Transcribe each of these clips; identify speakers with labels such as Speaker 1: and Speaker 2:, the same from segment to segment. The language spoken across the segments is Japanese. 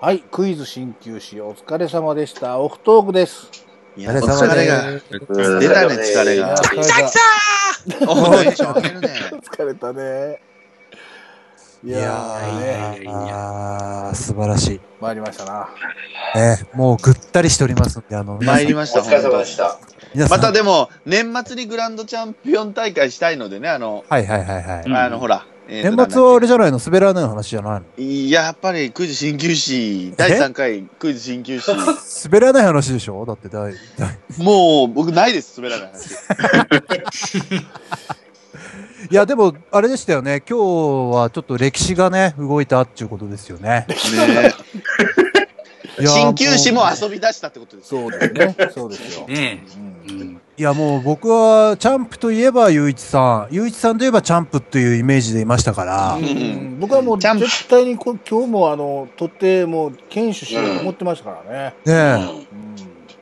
Speaker 1: はい、クイズ進級しお疲れ様でした。オフトークです。
Speaker 2: い
Speaker 3: お
Speaker 2: や、
Speaker 3: 疲
Speaker 2: お
Speaker 3: れ様
Speaker 2: 疲れ
Speaker 3: で
Speaker 2: が。
Speaker 3: す。
Speaker 2: 出たね、疲れ
Speaker 1: いや
Speaker 2: が。
Speaker 1: 疲れ
Speaker 4: 来た来た
Speaker 2: おい、しょげるね。
Speaker 1: た疲れたね。い
Speaker 3: い
Speaker 1: やーね、
Speaker 3: やー、素晴らしい。
Speaker 1: 参りましたな。
Speaker 3: ね、もうぐったりしておりますんで、あの、皆 さ
Speaker 2: 参
Speaker 3: ん
Speaker 2: りました、
Speaker 5: お疲れ様でし
Speaker 2: 本
Speaker 5: た。
Speaker 3: 皆
Speaker 2: 当
Speaker 3: さん
Speaker 2: またでも、年末にグランドチャンピオン大会したいのでね、あの、
Speaker 3: はいはいはいはい。
Speaker 4: うん
Speaker 2: あの、ほら。えーと
Speaker 3: 年末はあれじゃないの滑らないの話じゃないの
Speaker 2: いや、やっぱりクイズ鍼灸師、第3回クイズ鍼 灸師、
Speaker 3: 滑らない話でしょだって大、大
Speaker 2: もう僕ないです、滑らない話。
Speaker 3: いや、でも、あれでしたよね。今日はちょっと歴史がね、動いたっていうことですよね。
Speaker 2: ね
Speaker 3: いやー
Speaker 2: 鍼灸師も
Speaker 3: う
Speaker 2: 遊び出したってことです。
Speaker 1: そうです ね。そうですよ。
Speaker 4: ね
Speaker 1: うん
Speaker 4: え、うん、
Speaker 3: いや、もう僕は、チャンプといえば、ゆういちさん。ゆういちさんといえば、チャンプというイメージでいましたから
Speaker 1: う。
Speaker 2: ん
Speaker 1: ん、僕はもう
Speaker 2: ちゃんと
Speaker 1: 絶対にこ今日もあの取ってもう堅守しようと思ってましたからね。
Speaker 3: ねえ。
Speaker 1: うん、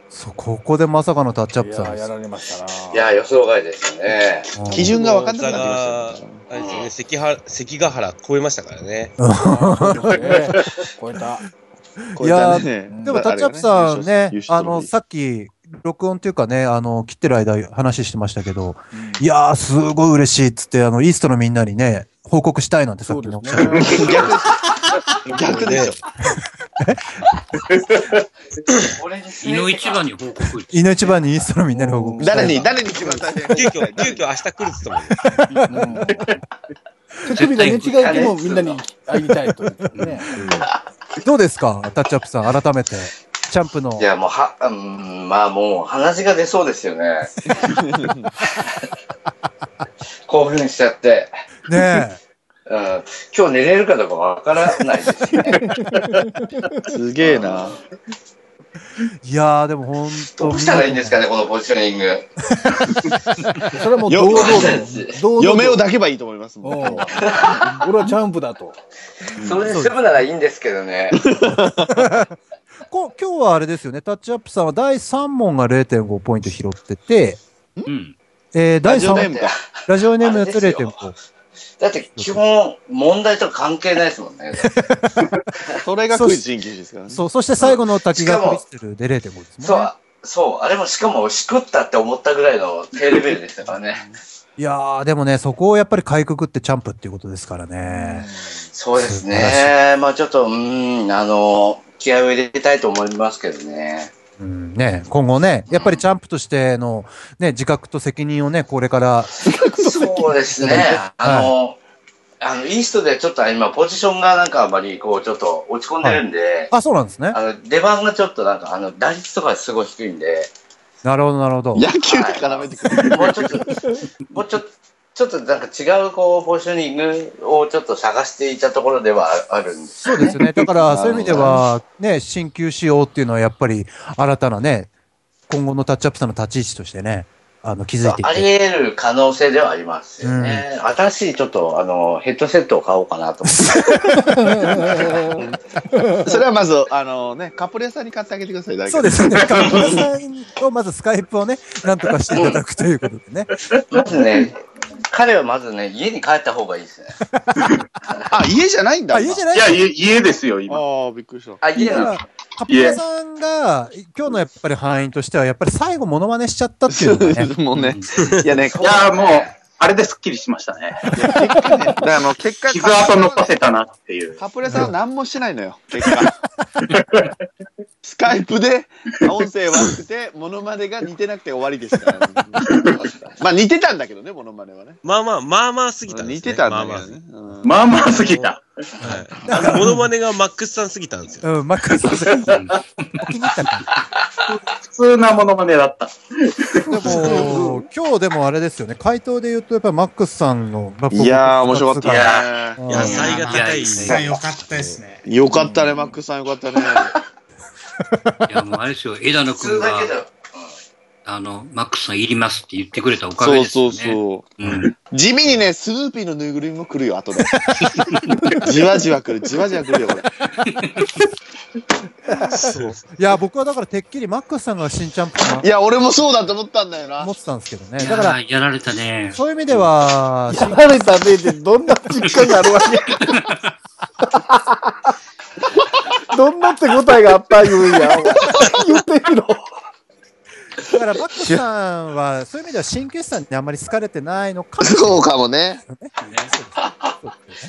Speaker 3: そう、ここでまさかのタッチアッ
Speaker 1: い
Speaker 3: プ
Speaker 1: や
Speaker 3: さん
Speaker 1: ー
Speaker 3: です
Speaker 1: や。られましたな。
Speaker 5: いや、予想外でしたね。
Speaker 3: うん
Speaker 2: 基準が分かんなくなってきま
Speaker 6: 大阪あれですよね、関は関ヶ原超えましたからね。
Speaker 1: そうですね超えた。
Speaker 2: した。
Speaker 3: い
Speaker 2: こう
Speaker 3: やー
Speaker 2: ったね
Speaker 3: でも、タッチアップさんね、あの、
Speaker 2: さ
Speaker 3: さっき、録音っていうかね、あの、切ってる間話してましたけど、い
Speaker 1: や、
Speaker 3: やー、すごい嬉しいっつって、あの、イーストのみんなにね、報告したいなんてさ
Speaker 1: そ
Speaker 3: っ
Speaker 1: う
Speaker 3: き
Speaker 1: で
Speaker 3: の。
Speaker 1: すね。
Speaker 2: 逆でしょ。
Speaker 4: 井の一番に報告し
Speaker 3: 犬一番にイーストのみんなに報告したい。
Speaker 2: 誰に、誰に一番大変
Speaker 6: 急遽、急遽明日来るっつってもね、
Speaker 1: うん手首が寝違えてもみんなに会いたいというね。
Speaker 3: どうですかタッチアップさん、改めて。チャンプの。
Speaker 5: いや、もう、は、うん、まあもう、鼻血が出そうですよね。興奮しちゃって。
Speaker 3: ね
Speaker 5: うん、今日寝れるかどうかわからないですね。
Speaker 2: すげえな。
Speaker 3: え。いやー、でもほんと。
Speaker 5: どうしたらいいんですかね、このポジショニング。
Speaker 1: それはもう堂々と。堂々と
Speaker 2: 嫁を抱けばいいと思います
Speaker 1: うん
Speaker 2: もん。
Speaker 1: 俺はチャンプだと。
Speaker 5: それで済むならいいんですけどね。
Speaker 3: こ今日はあれですよね、タッチアップさんは第3問が0.5ポイント拾ってて、
Speaker 4: うん、
Speaker 3: えー、第
Speaker 2: ラジ
Speaker 3: 3
Speaker 2: オ
Speaker 3: 問
Speaker 2: ネームか。
Speaker 3: ラジオネームやつ
Speaker 5: あれですよ
Speaker 3: 0.5。
Speaker 5: だって基本、問題と関係ないですもんね。
Speaker 2: それがクイズ鍼灸師ですからね。
Speaker 3: そう、そして最後の滝川
Speaker 5: しかも
Speaker 3: クリステルで0.5ですもんね。
Speaker 5: そう、そう、あれもしかも、しくったって思ったぐらいの低レベルでしたからね。
Speaker 3: いやー、でもね、そこをやっぱりかいくぐってチャンプっていうことですからね。
Speaker 5: そうです
Speaker 3: 素晴
Speaker 5: ね。まあちょっと、うーん、あの、気合を入れたいと思いますけどね。
Speaker 3: うん、ね、今後ね、やっぱりチャンプとしての、ね、自覚と責任をね、これから、
Speaker 5: そうです ね。あの、あの、イーストでちょっと今、ポジションがなんかあまり、こう、ちょっと落ち込んでるんで、
Speaker 3: あ、そうなんですね。
Speaker 5: あの、出番がちょっとなんか、あの、打率とかすごい低いんで、
Speaker 3: なるほど、なるほど。
Speaker 2: 野球で絡めてくる。
Speaker 5: もうちょっと、もうちょっと、ちょっとなんか違う、こう、ポジショニングをちょっと探していたところではああるんです
Speaker 3: そうですよね。だから、そういう意味では、ね、新旧仕様っていうのはやっぱり、新たなね、今後のタッチアップさんの立ち位置としてね、あの、気づいてい
Speaker 5: あり
Speaker 3: て。
Speaker 5: 得る可能性ではありますよね。新しいちょっと、あの、ヘッドセットを買おうかなと思って。
Speaker 2: それはまず、あのね、カプレーさんに買ってあげてください、誰か。
Speaker 3: そうですよね。 だから、皆さんとまずスカイプをね、なんとかしていただくということでね。
Speaker 5: まずね、彼はまずね、家に帰った方がいいですね。
Speaker 2: あ、家じゃないんだ。
Speaker 3: あ、いいじゃない
Speaker 7: いや、家家ですよ、
Speaker 2: 今
Speaker 7: 今。
Speaker 2: ああ、びっくりした。
Speaker 5: あ、家
Speaker 3: だか
Speaker 5: なの
Speaker 3: ら、カプラさんが、今日のやっぱり範囲としては、やっぱり最後モノマネしちゃったっていうのがね。
Speaker 2: もうね。いやね、こ
Speaker 7: いや、もう、あれですっきりしましたね。
Speaker 2: だからもう結果、
Speaker 7: 傷跡残せたなっていう。
Speaker 2: カプレーさんは何もしてないのよ、結果。スカイプで、音声悪くて、モノマネが似てなくて終わりでしたから。まあ似てたんだけどね、モノマネはね。
Speaker 6: まあまあ、まあまあ過ぎたんです、ね。
Speaker 2: 似てたん
Speaker 6: まあ
Speaker 2: だ
Speaker 6: まあ
Speaker 2: けどね。うん
Speaker 7: まあまあすぎた。
Speaker 6: はいあの。モノマネがマックスさん過ぎたんですよ。
Speaker 3: うん、マックスさん、お気に入ったか。
Speaker 7: 普通なモノマネだった。
Speaker 3: でも、今日でもあれですよね、回答で言うと、やっぱりマックスさんの、
Speaker 2: いやー、面白かっ
Speaker 7: いや
Speaker 2: たね。
Speaker 3: うん
Speaker 6: 野菜が高いです
Speaker 4: いや
Speaker 6: ね。
Speaker 8: いや良かったですね。
Speaker 2: よかったね、マックスさんよかったね。
Speaker 4: いやもうあれですよ、枝野
Speaker 5: 普
Speaker 4: 君
Speaker 5: 通だ
Speaker 4: が
Speaker 5: け、ど。
Speaker 4: あの、マックスさんいりますって言ってくれたおかげ
Speaker 2: そう
Speaker 4: で
Speaker 2: そ
Speaker 4: すよね。
Speaker 2: うそう。
Speaker 4: う。うん。
Speaker 2: 地味にね、スヌーピーのぬいぐるみも来るよ、後で。じわじわ来る、じわじわ来るよ、これ。
Speaker 3: いや、僕はだから、てっきりマックスさんが新チャンプか
Speaker 2: いや、俺もそうだと思ったんだよ
Speaker 3: な、
Speaker 2: な
Speaker 3: 思。ってたんですけどね。
Speaker 4: い
Speaker 3: だ
Speaker 4: や
Speaker 3: から、
Speaker 4: ーやられたね。
Speaker 3: そういう意味では、
Speaker 1: やられた ねってどんな実感があるわけどんな手応えがあった言うんや。言ってみろ。
Speaker 3: だから、マックスさんは、そういう意味では、鍼灸師さんにあんまり好かれてないのかもしれない。
Speaker 2: そうかもね。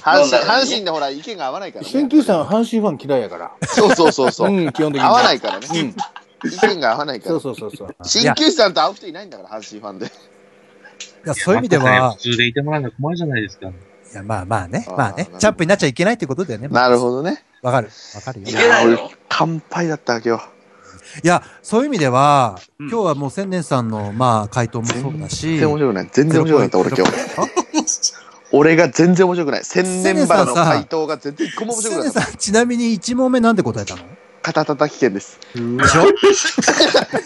Speaker 2: 阪神、阪神でほら、意見が合わないから
Speaker 1: 鍼
Speaker 2: ね。
Speaker 1: 灸師さんは阪神ファン嫌いやから。
Speaker 2: そうそうそうそうう。
Speaker 1: ん、基本的に。。
Speaker 2: 合わないいからね。
Speaker 1: うん、
Speaker 2: 意見が合わないか
Speaker 1: そ
Speaker 2: ら
Speaker 1: う。そうそうそう。
Speaker 2: 鍼灸師さんと会う人いないんだから、阪神ファンで。
Speaker 3: いやそういう意味では
Speaker 8: 普、通でいてもらうの困るじゃないですか。
Speaker 3: いや、まあまあね、
Speaker 2: あー
Speaker 3: まあね
Speaker 2: なるほ、ど
Speaker 3: チャンプになっちゃいけないってことだよね。
Speaker 2: なるほ
Speaker 3: ど。
Speaker 2: どね。
Speaker 3: わかる。わかるよ。
Speaker 5: い
Speaker 3: い
Speaker 5: けないの
Speaker 2: 乾杯だった、今日。
Speaker 3: や、そういう意味では、
Speaker 8: うん
Speaker 3: 今日はもう千年さんの、まあ、回答もそうだ
Speaker 2: 全
Speaker 3: し、
Speaker 2: 然面白くない。全然面白くないった、俺今日。
Speaker 3: 日。
Speaker 2: 俺が全然面白くない。千年花の
Speaker 3: 千年さんさ
Speaker 2: 回答が全然一個も面白
Speaker 3: 千
Speaker 2: くな
Speaker 3: 年
Speaker 2: かっ
Speaker 3: さん、ちなみに一問目なんで答 えたの
Speaker 2: た。肩たたき券です。
Speaker 3: でしょ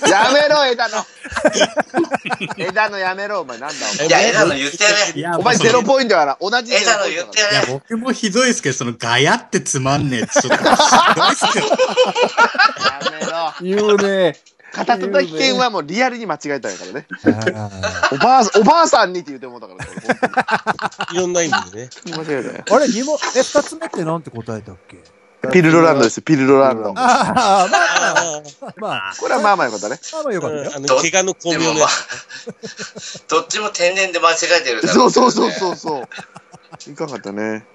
Speaker 2: やめろ、 枝野。枝野やめろ、お前。なんだ、お前
Speaker 5: いや、枝野言ってやれ。
Speaker 2: お前ゼロポイントやな。同じゼロポ
Speaker 5: 枝野
Speaker 2: イン
Speaker 5: 言
Speaker 2: ト
Speaker 5: っ
Speaker 2: だ
Speaker 5: てや
Speaker 8: いや、
Speaker 5: れ。
Speaker 8: 僕もひどいですけど、そのガヤってつまんねえって、ちょっと。ひどいっすよ。
Speaker 2: やめろ。
Speaker 1: 言うね。
Speaker 2: 片手き券はもうリアルに間違えたんやからね。
Speaker 3: あー
Speaker 2: おばあ、おばあさんにって言うて思ったから。
Speaker 6: いろんな意味でね。
Speaker 2: 本当に間違えたよ。
Speaker 3: あれ、二問、え、二つ目ってなんて答えたっけ
Speaker 2: ピルロランドです、ピルロランド。
Speaker 3: ああ、
Speaker 6: あ
Speaker 3: まあ、まあ、
Speaker 2: これはまあまあよかったね。
Speaker 3: まあまあよ
Speaker 6: あ、
Speaker 3: かったよ。
Speaker 6: あの、怪我の巧
Speaker 5: で
Speaker 6: 妙
Speaker 5: も
Speaker 6: ね
Speaker 5: まあ。、どっちも天然で間違えてるだろ
Speaker 2: そうそうそう
Speaker 5: ね
Speaker 2: そうそう。いかんかったね。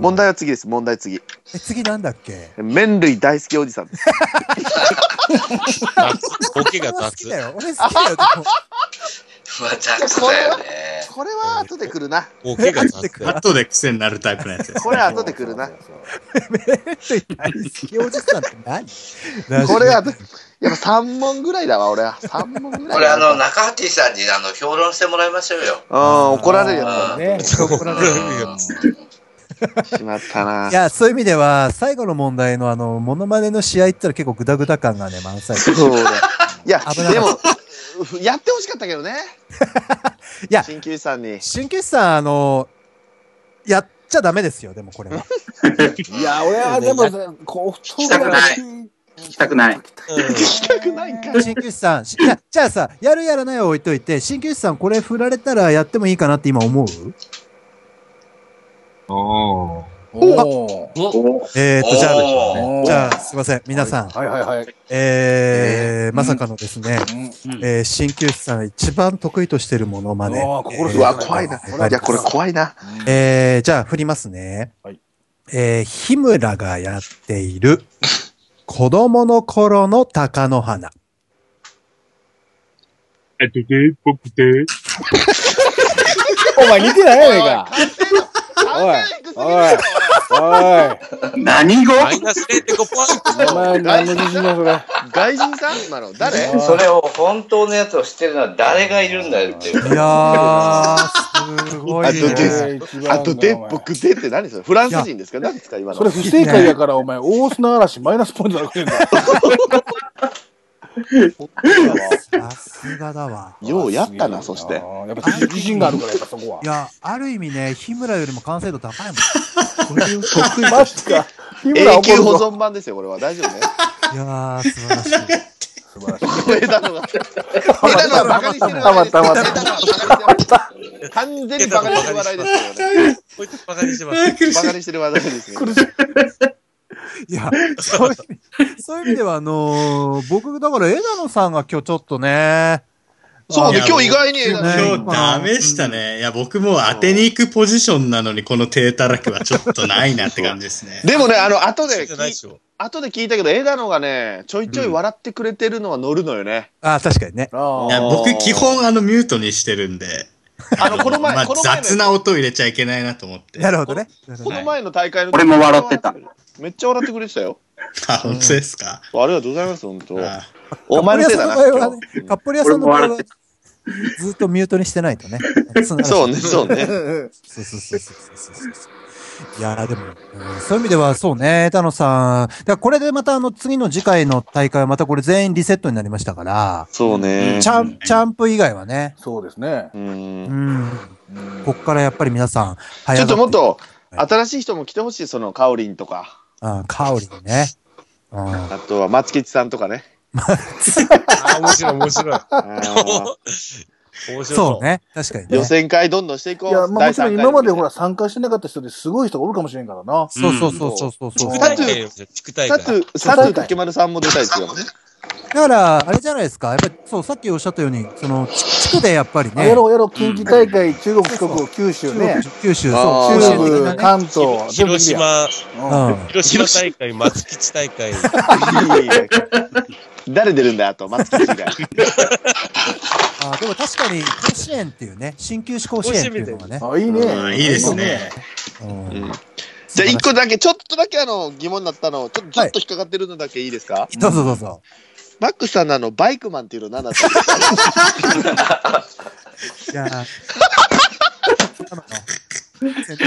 Speaker 2: 問題は次です、問題次。
Speaker 3: え、次なんだっけ
Speaker 2: 麺類大好きおじさんです。
Speaker 6: ボケが
Speaker 3: 俺好き
Speaker 6: 雑。
Speaker 3: だよ。俺好きだよ。でも
Speaker 5: まあ、雑だよね。
Speaker 2: これは後で来るな。
Speaker 6: ボケが雑だよ。
Speaker 8: 後で癖になるタイプのやつです。
Speaker 2: これは後で来るな。
Speaker 3: 大好きおじさんって何
Speaker 2: これは後、やっぱ3問ぐらいだわ、俺は。3問ぐらい。
Speaker 5: これあの、、中畑さんにあの、評論してもらいましょうよ。
Speaker 2: うん、怒られるや
Speaker 5: あ
Speaker 1: ね。
Speaker 3: 怒られる。
Speaker 2: つだ。しまったない
Speaker 3: や、そういう意味では、最後の問題のあの、モノマネの試合って言ったら結構グダグダ感が ね、満載。い
Speaker 2: そうだ。いや
Speaker 3: 危な、
Speaker 2: で
Speaker 3: か
Speaker 2: も、やってほしかったけどね。
Speaker 3: や、
Speaker 2: 鍼灸師さんに。
Speaker 3: 新灸師さん、あの、やっちゃダメですよ、でもこれは。
Speaker 1: いや、俺はでも、こう、そう
Speaker 7: したくない聞きたくない。
Speaker 2: 聞きたくないか。
Speaker 3: 鍼灸師さん、しい やじゃあさ、やるやらないは置いといて、鍼灸師さん、これ振られたらやってもいいかなって今思う
Speaker 8: おー
Speaker 1: おー
Speaker 3: えーっと、じゃあです
Speaker 5: おー
Speaker 3: ね、じゃあ、すいません、皆さん、
Speaker 1: はいはいはい。
Speaker 3: えー、まさかのですね、
Speaker 4: うん
Speaker 3: えー、鍼灸師さんが一番得意としてるものまね。
Speaker 1: あー心
Speaker 3: えー
Speaker 2: うわ、怖いな。
Speaker 3: はい
Speaker 2: や、これ怖いな。
Speaker 3: えー、じゃあ振りますね。
Speaker 1: はい
Speaker 3: えー、日村がやっている、子供の頃の鷹の花。
Speaker 8: えっとで、僕で。
Speaker 1: お前似てないやねんか。
Speaker 2: 完成低すぎるよ
Speaker 1: おい。
Speaker 7: 何語
Speaker 6: マイナス0.5ポイン
Speaker 1: お前、何の自信だそれ。
Speaker 2: 外人さん今の誰
Speaker 1: おい
Speaker 5: それを本当のやつを知ってるのは誰がいるんだよっていう。
Speaker 3: いやー、す ごい
Speaker 2: あとです
Speaker 3: ね。
Speaker 2: あとで、僕でって何それフランス
Speaker 3: いや
Speaker 2: 人ですか何ですか今の。
Speaker 1: それ不正解やから、お前、大砂嵐マイナスポイントだろ、
Speaker 3: さすがだわ。。
Speaker 2: ようやったな、そして。
Speaker 1: やっぱ自信があるから、やっぱそこはい
Speaker 3: や、ある意味ね、日村よりも完成度高いもん。
Speaker 1: マジか。日
Speaker 2: 永
Speaker 1: 村怒
Speaker 2: 久
Speaker 1: る
Speaker 2: 保
Speaker 1: ぞ。
Speaker 2: 存版ですよ、これは。大丈夫ね。
Speaker 3: いやー、素晴らしい。
Speaker 1: 素晴らしい。
Speaker 2: 枝野が。枝野はバカにしてる笑いです。
Speaker 1: たまたま
Speaker 2: 枝野はバカにしてる。完全にバカにしてる笑いですよね。
Speaker 6: ト。こいつバカにしてます。
Speaker 2: バカにしてる笑いですよね。
Speaker 3: いや、そういう意味、そういう意味では、あのー、僕、だから、枝野さんが今日ちょっとね、
Speaker 2: そうね、
Speaker 8: あ
Speaker 2: 今日意外に枝野。
Speaker 8: 今日ダメでしたね。いや、僕も当てに行くポジションなのに、この低たらくはちょっとないなって感じですね。
Speaker 2: でもね、あの、後
Speaker 6: そう
Speaker 2: で
Speaker 6: じゃないで
Speaker 2: 聞い、
Speaker 6: しょ。
Speaker 2: 後で聞いたけど、枝野がね、ちょいちょい笑ってくれてるのは乗るのよね。
Speaker 3: あー、確かにね。
Speaker 1: あ
Speaker 8: い
Speaker 1: あ
Speaker 8: や、僕基本あのミュートにしてるんで、
Speaker 2: あの、この前、
Speaker 8: まあ
Speaker 2: この前の
Speaker 8: 雑な音入れちゃいけないなと思って。
Speaker 3: なるほどね。
Speaker 2: この前の大会の
Speaker 7: 俺も笑ってた。
Speaker 2: めっちゃ笑ってくれてたよ。
Speaker 8: あ、本当ですか、
Speaker 2: ありがとうございます、本当。
Speaker 8: あ
Speaker 2: お前のせいだな。
Speaker 3: カップリアさんの場合はね
Speaker 2: 今日
Speaker 3: カッポリアさんの場合は
Speaker 7: 俺も笑っ、
Speaker 3: ずっとミュートにしてないとね。
Speaker 2: そうね、そうね。
Speaker 3: そうそうそうそうそうそうそう。いやーでも、うんそういう意味では、そうね、枝野さん。だからこれでまた、あの、次の次回の大会はまたこれ全員リセットになりましたから、
Speaker 2: そうね
Speaker 3: チ。ャン、チャンプ以外はね、
Speaker 1: そうですね
Speaker 2: う。
Speaker 3: うんん、こっからやっぱり皆さん、
Speaker 2: ちょっともっと、
Speaker 3: はい
Speaker 2: 新しい人も来てほしい、その、かおりんとか、
Speaker 3: うん、カオリンね。うん。
Speaker 2: あとは松吉さんとかね。
Speaker 6: あー、面白い、面白い。
Speaker 2: あー
Speaker 6: 面白
Speaker 3: そうね。確かに
Speaker 2: 予
Speaker 3: ね。
Speaker 2: 選会どんどんしていこう。
Speaker 1: いや、まあ、も
Speaker 2: 第
Speaker 1: ちろ
Speaker 2: 三
Speaker 1: ん
Speaker 2: 回
Speaker 1: 今までほら参加してなかった人ですごい人がおるかもしれんからな。
Speaker 3: そうそうそうそうそうそう。
Speaker 1: うん
Speaker 6: 地区大会ですよ地区大
Speaker 2: サ
Speaker 6: 会。
Speaker 2: ツ、サツ竹丸さんも出たいですよ。
Speaker 3: だから、あれじゃないですか。やっぱり、そう、さっきおっしゃったように、その、地地区でやっぱり
Speaker 1: や
Speaker 3: ね、
Speaker 1: ろうやろう、近畿大会、中国、四国、九州ね
Speaker 3: 中。国九州、
Speaker 2: あ
Speaker 3: そ
Speaker 2: ー
Speaker 3: う、中
Speaker 1: 中
Speaker 3: 心的
Speaker 1: 部、
Speaker 3: なね。
Speaker 1: 関東、全部
Speaker 6: 広
Speaker 1: クリア
Speaker 6: 島、
Speaker 1: うん
Speaker 3: うん。
Speaker 6: 広島大会、松吉 大会。
Speaker 2: いやいや誰出るんだよ、あと、松木以外。
Speaker 3: あーでも確かに、甲子園っていうね、新旧市甲子園っていうのがね。
Speaker 1: あ、いい
Speaker 8: うん
Speaker 1: ね。
Speaker 8: いいですね。
Speaker 3: うん
Speaker 2: うんじゃあ、一個だけ、ちょっとだけあの、疑問だったの、ちょっと、ちょっと引っかかってるのだけいいですか
Speaker 3: どうぞどうぞ。
Speaker 2: マックスさんのあの、バイクマンっていうの何だったんですか
Speaker 3: いやー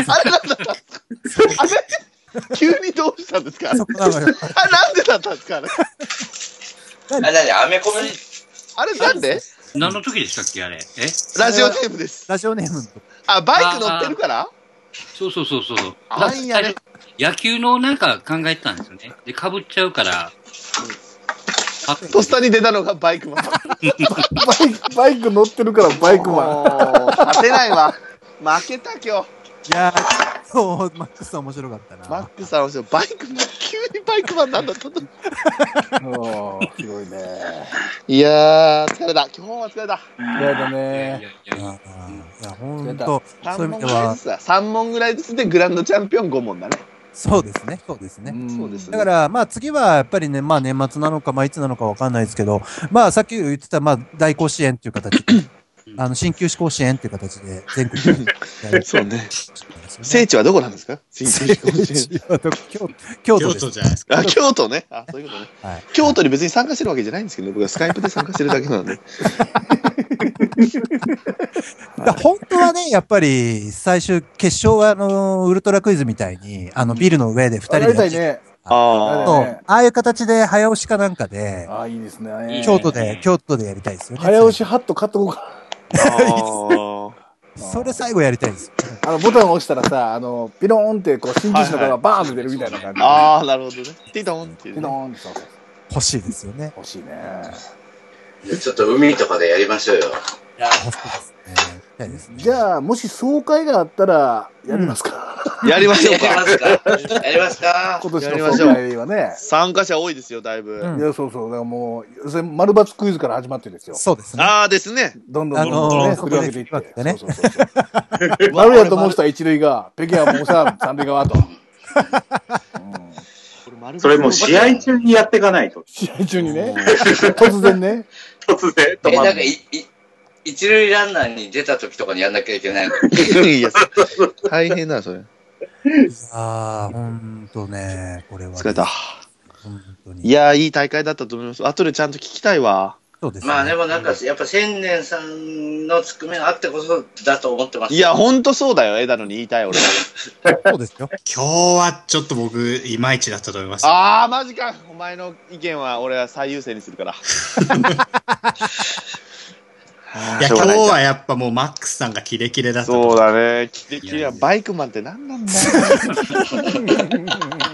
Speaker 2: あれ なんだったんですかあれ急にどうしたんですかあ、
Speaker 3: そこなのよ。
Speaker 2: なんでだったんですかあれ
Speaker 5: あ、なに、アメコミ
Speaker 2: あれなんで
Speaker 4: 何の時でしたっけ、あれ。え
Speaker 2: ラジオネームです。
Speaker 3: ラジオネームのとこ
Speaker 2: あ、バイク乗ってるから
Speaker 4: そうそうそうそう。
Speaker 2: あんやね
Speaker 4: 野球のなんか考えてたんですよね。で、被っちゃうから。あ
Speaker 2: とっさに出たのがバイクマン。
Speaker 1: バイク、バイク乗ってるからバイクマン。
Speaker 2: もう勝てないわ。負けた今日。
Speaker 3: いやー、そう、マックス面白かった
Speaker 2: マッ
Speaker 3: な。
Speaker 2: クさんはそうバイクマン、急にバイクマンなんだったの
Speaker 1: おーひどいね。
Speaker 2: いやー、疲れた。基本は疲れた。
Speaker 1: 嫌だ
Speaker 4: いやい
Speaker 1: ね。
Speaker 4: やい
Speaker 3: う
Speaker 4: やいや
Speaker 3: んいや、ほんと、そう
Speaker 2: 3
Speaker 3: いう
Speaker 2: 問
Speaker 3: 意味で
Speaker 2: ぐらい
Speaker 3: は
Speaker 2: ず、つだ。3問ぐらいずつでグランドチャンピオン5問だね。
Speaker 3: そうですね、そうですね。
Speaker 1: ん
Speaker 2: そうですね
Speaker 3: だから、まあ次はやっぱりね、まあ年末なのか、まあいつなのかわかんないですけど、まあさっき言ってた、まあ大甲子園っていう形で、あの、新旧市甲子園っていう形で、全国でや る
Speaker 2: そうね。
Speaker 3: ですよね。
Speaker 2: 聖地はどこなんですか新
Speaker 3: 聖地はどこ京京
Speaker 8: 京
Speaker 3: 都です
Speaker 8: 都。じゃないですか。
Speaker 2: あ、京都ね。あ、そういうことね。
Speaker 3: はい
Speaker 2: 京都に別に参加してるわけじゃないんですけどね。僕はスカイプで参加してるだけなんで。
Speaker 3: だから本当はね、やっぱり最終決勝はあの、ウルトラクイズみたいに、あのビルの上で二人
Speaker 1: や
Speaker 3: で
Speaker 1: りた
Speaker 3: やっ
Speaker 1: い
Speaker 3: て、
Speaker 1: ね。
Speaker 2: あ
Speaker 3: そ
Speaker 1: あ
Speaker 3: う ああいう形で早押しかなんかで、
Speaker 1: あー、いいですね。
Speaker 3: 京都で、京都でやりたいですよね。
Speaker 1: 早押しハット買っとこうか。
Speaker 2: あ。
Speaker 3: それ最後やりたいです。
Speaker 1: あの、ボタン押したらさ、あの、ピローンって、こう、新人種の顔がバーンって出るみたいな感じ。
Speaker 2: ああ、なるほどね。ティドンっていう
Speaker 1: ピ
Speaker 2: ね、
Speaker 1: ローンってそうそう。
Speaker 3: 欲しいですよね。
Speaker 1: 欲しいね。
Speaker 5: ちょっと海とかでやりましょうよ。
Speaker 3: 欲しいですね。やりたいですね
Speaker 1: じゃあ、もし総会があったら、やりますか。
Speaker 2: やりましょう
Speaker 5: やり
Speaker 2: か
Speaker 5: ま。すかやりますか
Speaker 1: 今年
Speaker 2: やり
Speaker 1: の
Speaker 2: まし
Speaker 1: 総
Speaker 2: ょう
Speaker 1: 会はね。
Speaker 2: 参加者多いですよ、だいぶ。
Speaker 3: うん
Speaker 1: いや、そうそう。だからもう、それ丸抜クイズから始まってですよ。
Speaker 3: そうですね。
Speaker 2: ああですね。
Speaker 1: どんどんどん
Speaker 6: あ
Speaker 1: どん
Speaker 6: の
Speaker 1: ね、
Speaker 6: ー
Speaker 1: 振り分けてい
Speaker 3: ここで
Speaker 1: って。
Speaker 3: ね
Speaker 1: そうそうそう丸やと思ってた一塁が、ペケはもうさ、三塁側と。うん
Speaker 7: それもう試合中にやっていかないと。
Speaker 1: 試合中にね、突然ね。
Speaker 7: 突然
Speaker 5: え、
Speaker 7: 止ま
Speaker 5: なんか
Speaker 7: る
Speaker 5: い、い、一塁ランナーに出た時とかにやんなきゃいけないの。
Speaker 2: いや、大変だ、それ。
Speaker 3: ああ、ほんとね、これは、ね。
Speaker 2: 疲れた。。
Speaker 3: 本当に。
Speaker 2: いやー、いい大会だったと思います。後でちゃんと聞きたいわ。
Speaker 3: そうです、
Speaker 5: まあでもなんか、やっぱ千年さんのつくめがあってこそだと思ってます。
Speaker 2: いや、ほんとそうだよ、枝野に言いたい、俺。
Speaker 3: そうですよ。
Speaker 8: 今日はちょっと僕、いまいちだったと思います。
Speaker 2: ああ、マジか。お前の意見は俺は最優先にするから。
Speaker 8: いや、今日はやっぱもうマックスさんがキレキレだったと思。
Speaker 2: そううだね。キレキ
Speaker 4: い
Speaker 2: レ
Speaker 4: や
Speaker 2: はい
Speaker 4: や
Speaker 2: バイクマンって何なんだよ。負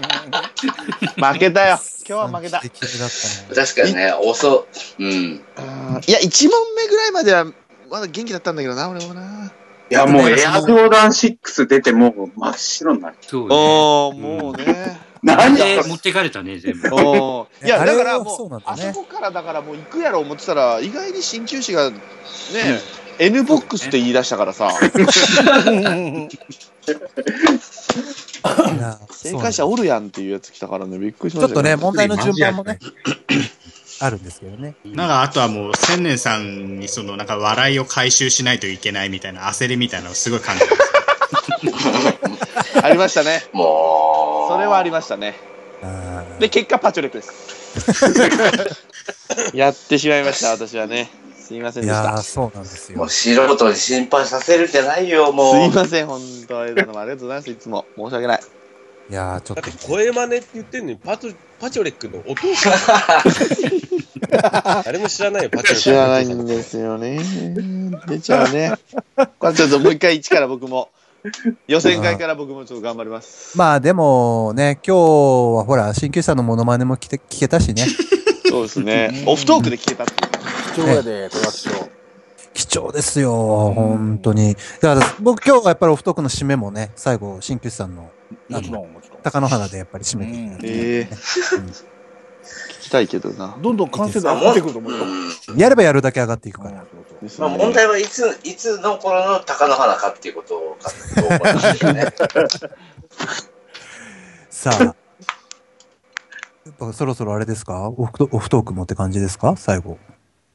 Speaker 2: けたよ。今日は負けた。
Speaker 3: 素敵だったね。
Speaker 5: 確かにね、遅、うん。
Speaker 2: あーいや、1問目ぐらいまではまだ元気だったんだけどな、俺もな。
Speaker 7: いや、もうエアジョーダン6出てもう真っ白になる。
Speaker 4: そうね。
Speaker 2: おー、
Speaker 4: ね
Speaker 2: もうね。
Speaker 7: なんだ
Speaker 4: で
Speaker 7: これ
Speaker 4: 持ってかれたね、全部。
Speaker 2: おーいや、
Speaker 3: あれ
Speaker 2: だ
Speaker 3: は
Speaker 2: からも
Speaker 3: そう
Speaker 2: う
Speaker 3: なん、だ
Speaker 2: あ
Speaker 3: ね
Speaker 2: そこからだからもう行くやろ思ってたら、意外に鍼灸師がね、N ボックスって言い出したから さ、
Speaker 3: いや
Speaker 2: 正解者おるやんっていうやつ来たからね、びっくりし
Speaker 3: そう
Speaker 2: ま
Speaker 3: なんですち
Speaker 2: しけど
Speaker 3: ょったとね、問題の順番もね、あるんですけどね。
Speaker 8: なんかあとはもう千年さんにそのなんか笑いを回収しないといけないみたいな焦りみたいなのをすごい感じます。
Speaker 2: ありましたね。
Speaker 5: もう。
Speaker 2: それはありましたね。
Speaker 3: あー
Speaker 2: で、結果パチョレックです。 やってしまいました、私はね。すいません
Speaker 3: い
Speaker 2: でし
Speaker 3: やー
Speaker 2: た。す
Speaker 3: そうなんです
Speaker 5: も
Speaker 3: よ
Speaker 5: う。素人に心配させるんじゃないよ、もう。
Speaker 2: いません、本当枝野もありがとうございます、いつも。申し訳ない。
Speaker 3: いやーちょっ
Speaker 6: だって
Speaker 3: と。
Speaker 6: 声真似って言ってるのに、パトパチョレックのお父さん。誰も知らないよ、パチョレック。
Speaker 2: 知らないんですよね。出ちゃうね。これちょっともう一回一から僕も、予選会から僕もちょっと頑張ります。
Speaker 3: まあでもね、今日はほら、新旧さんのモノマネも聞け 聞けたしね。
Speaker 2: そうですね。オフトークで聞けたっていう。
Speaker 1: 貴重やで、これは貴重。
Speaker 3: 貴重ですよ、本当に。だから僕今日はやっぱりオフトークの締めもね、最後、新旧さんの
Speaker 1: もちろん、もちろん。
Speaker 3: 高野原でやっぱり締めていただいて
Speaker 2: ええ聞きたいけどな。
Speaker 1: どんどん完成度上がってくると思うよ。
Speaker 3: やればやるだけ上がっていくから。
Speaker 5: まあ、問題はいつ、いつの頃の貴乃花かっていうことかと思いますよね。
Speaker 3: さあ。やっぱそろそろあれですかオフトオフトークもって感じですか最後。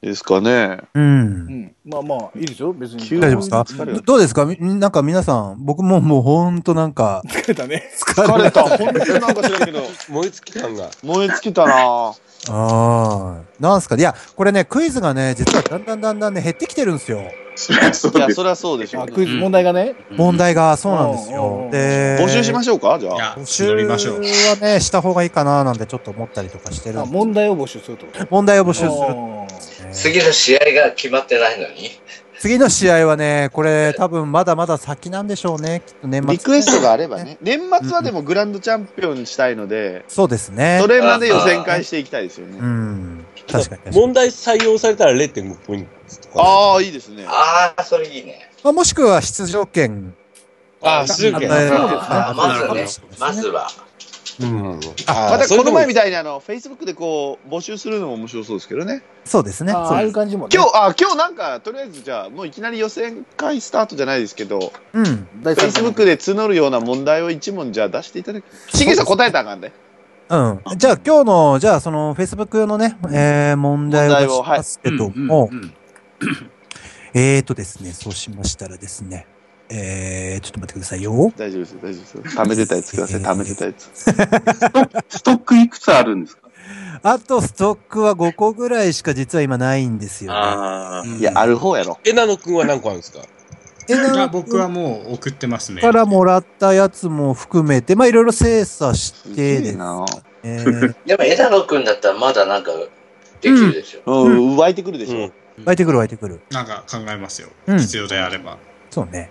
Speaker 2: ですかね。
Speaker 3: うん
Speaker 1: う。ん。まあまあ、いいですよ、別に。
Speaker 2: 急
Speaker 3: 大丈夫ですか
Speaker 2: 疲れ
Speaker 3: ど
Speaker 2: た
Speaker 3: どうですかみなんか皆さん、僕ももうほんとなんか、
Speaker 1: 疲れたね。
Speaker 2: 疲れた。本当になんか知らんけど。
Speaker 6: 燃え尽き感が。
Speaker 2: 燃え尽きたな
Speaker 3: ああ、なんすかいや、これね、クイズがね、実はだんだんだんだんね、減ってきてるんですよ。
Speaker 7: そりゃそう
Speaker 2: いや、
Speaker 7: です。
Speaker 2: そりゃそうでしょ
Speaker 1: あ
Speaker 2: うね。
Speaker 1: クイズ問題がね。
Speaker 3: 問題が、そうなんです
Speaker 1: うんうんう
Speaker 3: よ
Speaker 1: ん。
Speaker 3: で、
Speaker 2: 募集しましょうかじゃ
Speaker 8: い
Speaker 2: あ。
Speaker 8: や、
Speaker 3: 募集
Speaker 8: 乗りましょう。
Speaker 3: はね、した方がいいかななんてちょっと思ったりとかしてる
Speaker 1: あ、。問題を募集するってこと
Speaker 3: 問題を募集する
Speaker 1: 募
Speaker 3: ね。
Speaker 5: 次の試合が決まってないのに。
Speaker 3: 次の試合はね、これ多分まだまだ先なんでしょうね。きっと年末。
Speaker 2: リクエストがあればね。年末はでもグランドチャンピオンにしたいので、
Speaker 3: そうですね
Speaker 2: そ。れまで予選会していきたいですよ
Speaker 3: う
Speaker 2: ね。
Speaker 3: ん。確かに確かに
Speaker 6: 問題採用されたら0.5ポイントとか。あ。
Speaker 2: ああ、いいですね。
Speaker 5: ああ、それいいね。
Speaker 3: まあ。もしくは出場権。
Speaker 6: ああ、すぐ
Speaker 3: あ
Speaker 6: や。
Speaker 3: えー
Speaker 1: そうですね
Speaker 3: あ
Speaker 5: まずは
Speaker 3: なるほど
Speaker 5: ね
Speaker 3: ですね、
Speaker 5: まずは。
Speaker 6: うん。
Speaker 3: あ
Speaker 2: またこの前み
Speaker 6: た
Speaker 2: たいにあの、Facebook でこう、募集するのも面白そうですけどね。
Speaker 3: そうですね。
Speaker 1: あああ
Speaker 3: そ
Speaker 1: あいうう感じもね。
Speaker 2: 今日、あ、今日なんか、とりあえずじゃあ、もういきなり予選会スタートじゃないですけど、
Speaker 3: うん。
Speaker 1: 第三回
Speaker 2: Facebook で募るような問題を一問じゃあ出していただき。しげさん答えたらあかんで。
Speaker 3: うん。じゃあ今日の、じゃあその Facebook のね、えー、問題
Speaker 2: 問題
Speaker 3: を
Speaker 2: を
Speaker 3: 出しますけども、えーとですね、そうしましたらですね、えー、ちょっと待ってくださいよ。
Speaker 2: 大丈夫ですよ、大丈夫ですよ。貯めてたやつください、貯めてたやつ。
Speaker 7: ストックいくつあるんですか
Speaker 3: あとストックは5個ぐらいしか実は今ないんですよ、ね。
Speaker 7: あ
Speaker 2: いや、ある方やろ。
Speaker 6: えなのくんは何個あるんですか
Speaker 3: え
Speaker 8: いや、
Speaker 3: な
Speaker 8: 僕はもう送ってますね。
Speaker 3: からもらったやつも含めて、まあいろいろ精査し
Speaker 2: すげ
Speaker 3: てで
Speaker 2: え
Speaker 3: すね、
Speaker 2: な
Speaker 3: えー、
Speaker 5: でも、枝野くんだったらまだなんかできるでしょ。
Speaker 2: うん、湧いてくるでしょ。
Speaker 3: 湧いてくる湧いてくる。
Speaker 8: なんか考えますよ。
Speaker 3: うん
Speaker 8: 必要であれば。
Speaker 3: そうね。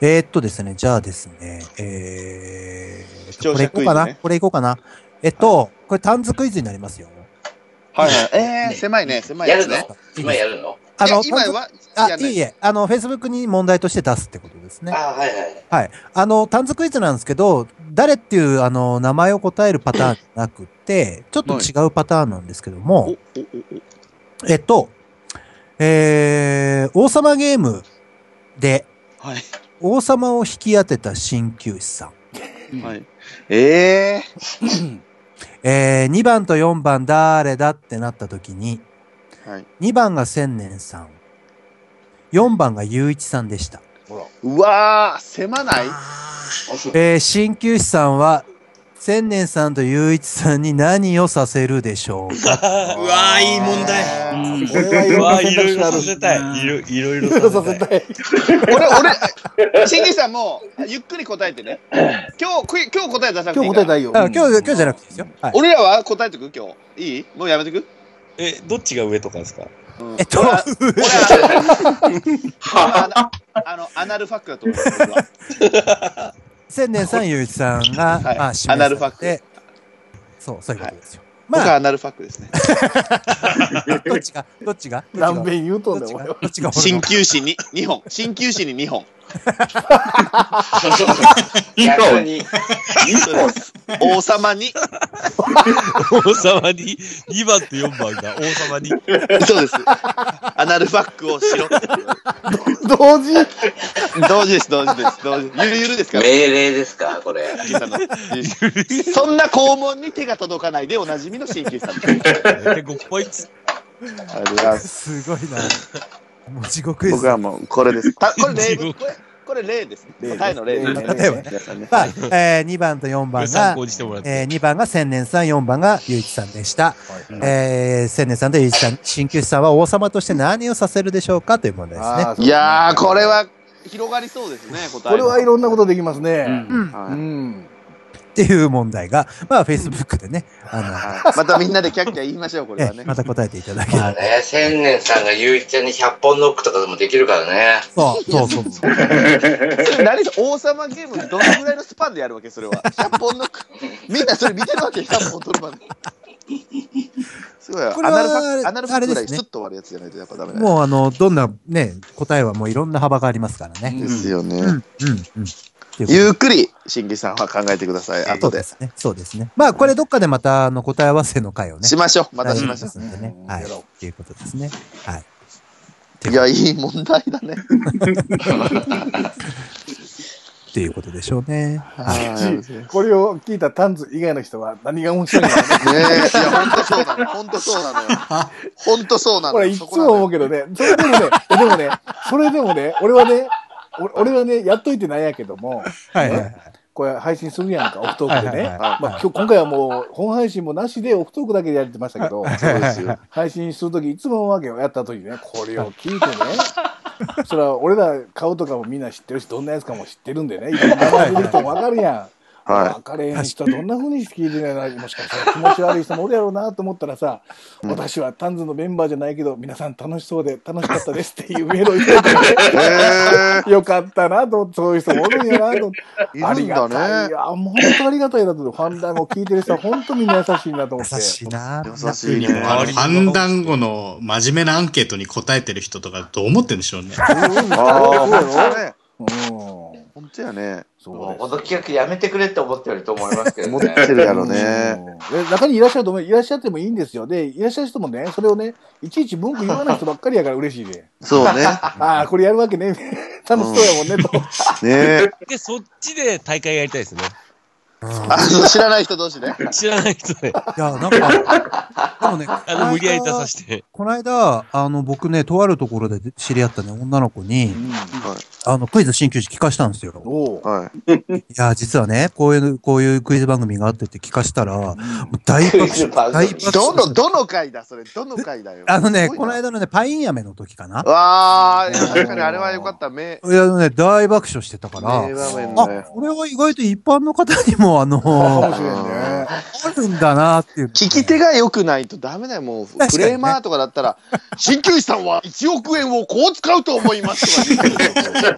Speaker 3: えー、っとですね、じゃあですね、えー、
Speaker 2: 視聴
Speaker 3: こ
Speaker 2: 者
Speaker 3: れいこ
Speaker 2: クイ
Speaker 3: うか
Speaker 2: ズ
Speaker 3: な、
Speaker 2: ね
Speaker 3: これいこうかな。えっと、これ短図クイズになりますよ。
Speaker 2: はいはい。えー、狭いね、狭い
Speaker 5: や
Speaker 2: やつ
Speaker 5: るの
Speaker 2: ね。
Speaker 5: 今やるの
Speaker 3: あ
Speaker 2: いや
Speaker 3: の、
Speaker 2: 今
Speaker 3: 短
Speaker 2: は、
Speaker 3: あ、
Speaker 2: やん
Speaker 3: い
Speaker 2: ない
Speaker 3: え。あの、Facebook に問題として出すってことですね。
Speaker 5: ああ、はいはい。
Speaker 3: はい。あの、短図クイズなんですけど、誰っていう、あの、名前を答えるパターンじゃなくて、ちょっと違うパターンなんですけども、えっと、えー、王様ゲームで、
Speaker 2: はい。
Speaker 3: 王様を引き当てた鍼灸師さん。
Speaker 2: はい。え
Speaker 3: えー、2番と4番誰だってなった時に、
Speaker 2: ー。はい。
Speaker 3: 2番が千年さん、4番が雄一さんでした。
Speaker 2: うわー、狭ない
Speaker 3: えー、鍼灸師さんは、千年さんと雄一さんに何をさせるでしょうか
Speaker 8: うわー、いい問題。
Speaker 4: うん
Speaker 1: これはいろんな選択肢があ
Speaker 6: わあ、いろいろさ
Speaker 1: る。
Speaker 6: せたい。いろ
Speaker 1: い
Speaker 6: いろいろ
Speaker 1: ろいろさ
Speaker 6: させ
Speaker 1: せ
Speaker 6: たい。
Speaker 1: た い。
Speaker 2: 俺、俺、しんぎさんも、ゆっくり答えてね。今日、くい今日答え出さなくて
Speaker 1: 今
Speaker 2: い
Speaker 1: 日答え
Speaker 2: いから。
Speaker 1: ないよ。
Speaker 3: あ今日、今日じゃなくていいですよ。はい、
Speaker 2: 俺らは答えてく今日。いいもうやめてく
Speaker 6: え、どっちが上とかですか
Speaker 3: えっと、
Speaker 2: 俺は、俺は あの、アナルファックだと思う。僕は
Speaker 3: 千年さん、雄一さんが、
Speaker 2: はい
Speaker 3: まあ、指名されて
Speaker 2: アナルファック
Speaker 3: そう、そういうことですよ。
Speaker 2: 僕
Speaker 3: ま
Speaker 2: は
Speaker 3: あ、
Speaker 2: アナルファックですね。
Speaker 3: どっちが、どっちが、どっち
Speaker 1: 何
Speaker 3: が、
Speaker 1: 遍言うとん
Speaker 3: ど
Speaker 1: だ
Speaker 3: っち
Speaker 1: よ、
Speaker 3: が
Speaker 1: 俺は。
Speaker 3: どっちが、
Speaker 2: 鍼灸師に2本。鍼灸師に2本。
Speaker 5: 逆に。
Speaker 2: 王様に。
Speaker 6: 王様に、2番と4番が王様に。
Speaker 2: そうです。アナルファックをしろって。
Speaker 1: 同時
Speaker 2: 同時です、同時です。同時。ゆるゆるですから。
Speaker 5: 命令ですか、これ。
Speaker 2: 鍼灸師さんのそんな肛門に手が届かないでおなじみの鍼灸師さん。あり
Speaker 6: 5ポイント。
Speaker 2: がとうございます。
Speaker 3: すごいな。もう地獄です
Speaker 2: 僕
Speaker 3: ね。
Speaker 2: はもうこれです。たこれ例
Speaker 6: 地獄
Speaker 2: これこれ例ですね。答えの例ですね。
Speaker 3: 例えばね
Speaker 2: 皆さんね。
Speaker 3: まあ、えー、2番と4
Speaker 6: これ
Speaker 3: 番
Speaker 6: 参
Speaker 3: が
Speaker 6: 考、にしてもらって。
Speaker 3: えー、2番が千年さん、4番が雄一さんでした。えー、千年さんと雄一さん、鍼灸師さんは王様として何をさせるでしょうかという問題ですね。
Speaker 1: あー
Speaker 2: いやーこれ。は広がりそうですね答
Speaker 1: こ
Speaker 2: え。
Speaker 1: れはいろんなことできます
Speaker 4: う
Speaker 1: ね。
Speaker 4: ん
Speaker 1: う
Speaker 2: はい。
Speaker 1: ん。
Speaker 3: っていう問題が、まあ、Facebook でね、あ
Speaker 2: はいまたみんなでキャッキャ言いましょうこ
Speaker 3: の、
Speaker 2: れ
Speaker 3: え
Speaker 2: はね
Speaker 3: ま。た答えていただけれ
Speaker 5: まあ
Speaker 3: ば。
Speaker 5: ね、千年さんがゆういちゃんに100本ノックとかでもできるからね。
Speaker 3: そう、そうそうそう。
Speaker 2: それ何でしょう王様ゲームどのぐらいのスパンでやるわけそれは。百本のみんなそれ見てるわけ百本取るまで。 すごい、ア
Speaker 3: これは
Speaker 2: ナルファアナルファ
Speaker 3: あれ
Speaker 2: ぐ
Speaker 3: で
Speaker 2: ら
Speaker 3: すね
Speaker 2: いスッと終わるやつじゃないとやっぱダメだね。
Speaker 3: もうあの、どんなね、答えはもういろんな幅がありますからね。
Speaker 2: ですよね。
Speaker 3: うん、うん、うん。ということで
Speaker 2: ゆっくり、新規さんは考えてください、
Speaker 3: そ
Speaker 2: 後
Speaker 3: うで
Speaker 2: で。
Speaker 3: すね。そうですね。まあ、これどっかでまた、あの、答え合わせの回をね。
Speaker 2: しましょう、またしましょ
Speaker 3: すんでね。はい。ということですね。はい。
Speaker 2: う。いや、いい問題だね。
Speaker 3: っていうことでしょうね。はい。
Speaker 2: はい
Speaker 1: これを聞いたタンズ以外の人は何が面白いのかね。
Speaker 2: ねえ、いや、本当そうなの、本当そうなのよ。本当そうな
Speaker 1: こ
Speaker 2: の
Speaker 1: れ
Speaker 2: よ。
Speaker 1: いつ
Speaker 2: そこな
Speaker 1: も
Speaker 2: の
Speaker 1: 思
Speaker 2: よ
Speaker 1: うけどね、それでもね、でもね、それでもね、俺はね、お俺はね、やっといてなんやけども、
Speaker 3: はいはいはい。
Speaker 1: これ配信するや んか、オフトークでね。
Speaker 3: はいはいは
Speaker 1: ま
Speaker 3: い
Speaker 1: あ、今日今回はもう本配信もなしでオフトークだけでやってましたけ ど、
Speaker 2: そうですよ。
Speaker 1: 配信するときいつも思うわけよ、やったときね、これを聞いて ね、それは俺ら顔とかもみんな知ってるし、どんなやつかも知ってるんで ね、今出てる人もわかるやん。
Speaker 2: はい
Speaker 1: 分かれへん人はどんなふうに聞いてないもしかしたら気持ち悪い人もおるやろうなと思ったらさ、私はタンズのメンバーじゃないけど皆さん楽しそうで楽しかったですっていうメロディー で、
Speaker 2: え
Speaker 1: よかったなと思ってそういう人もおるんやなと思って
Speaker 2: えい
Speaker 1: あ
Speaker 2: る
Speaker 1: り
Speaker 2: ん
Speaker 1: がた
Speaker 2: だ
Speaker 1: い
Speaker 2: ね。
Speaker 1: よあもう本当ありがたいなと思ってファンダンゴ聞いてる人は本当みんな優しいなと思
Speaker 3: 優
Speaker 1: って
Speaker 3: しいな
Speaker 2: 優しい
Speaker 8: に
Speaker 2: ね。
Speaker 8: もあの
Speaker 2: あ
Speaker 8: 判断後の真面目なアンケートに答えてる人とかどう思ってるんでしょうね。
Speaker 2: あ、本当だね。
Speaker 1: うん
Speaker 2: 本当やね。
Speaker 1: そう
Speaker 5: もう
Speaker 1: で
Speaker 5: こ
Speaker 1: す
Speaker 5: の企画やめてくれって思ってると思いますけ ど
Speaker 2: 持っ
Speaker 5: ね。
Speaker 2: てるやろね。
Speaker 1: うんえ中にいらっしゃると思う。いらっしゃってもいいんですよ。で、いらっしゃる人もね、それをね、いちいち文句言わない人ばっかりやから嬉しいで。
Speaker 2: そうね。
Speaker 1: ああ、これやるわけね。楽しそうやもんね、と。
Speaker 2: ねえ。
Speaker 6: で、そっちで大会やりた いですね。
Speaker 2: あの、知らない人同士ね。
Speaker 6: 知らない人で。
Speaker 3: いや、なんか、でもね、
Speaker 6: あの、無理やり出させて。
Speaker 3: この間、あの、僕ね、とあるところで知り合ったね、女の子に、
Speaker 2: はい。
Speaker 3: あの、クイズ新旧詞聞かしたんですよ。
Speaker 1: おう
Speaker 2: はい。
Speaker 3: いや、実はね、こういう、こういうクイズ番組があってって聞かしたら、もう大爆
Speaker 5: クイズ番
Speaker 3: 笑、大
Speaker 5: 組
Speaker 3: 爆
Speaker 2: ど
Speaker 3: 笑。
Speaker 2: の、どの回だ、それ。どの回だよ。
Speaker 3: あの
Speaker 2: す
Speaker 3: ね、
Speaker 2: ごいな
Speaker 3: この。間のね、パインアメの時かな。
Speaker 2: わあ、確かにあれはよかった。目。
Speaker 3: いや、あのね、大爆笑してたから、
Speaker 2: 名場面
Speaker 3: あ
Speaker 2: だよ。、
Speaker 3: これは意外と一般の方にも、あの、
Speaker 1: か
Speaker 3: あ
Speaker 1: もしれんね。
Speaker 3: るんだなっていう。
Speaker 2: 聞き手が良くないとダメだよ、もう。
Speaker 3: かにね
Speaker 2: クレーマーとかだったら、鍼灸師さんは1億円をこう使うと思いますとか 言うよ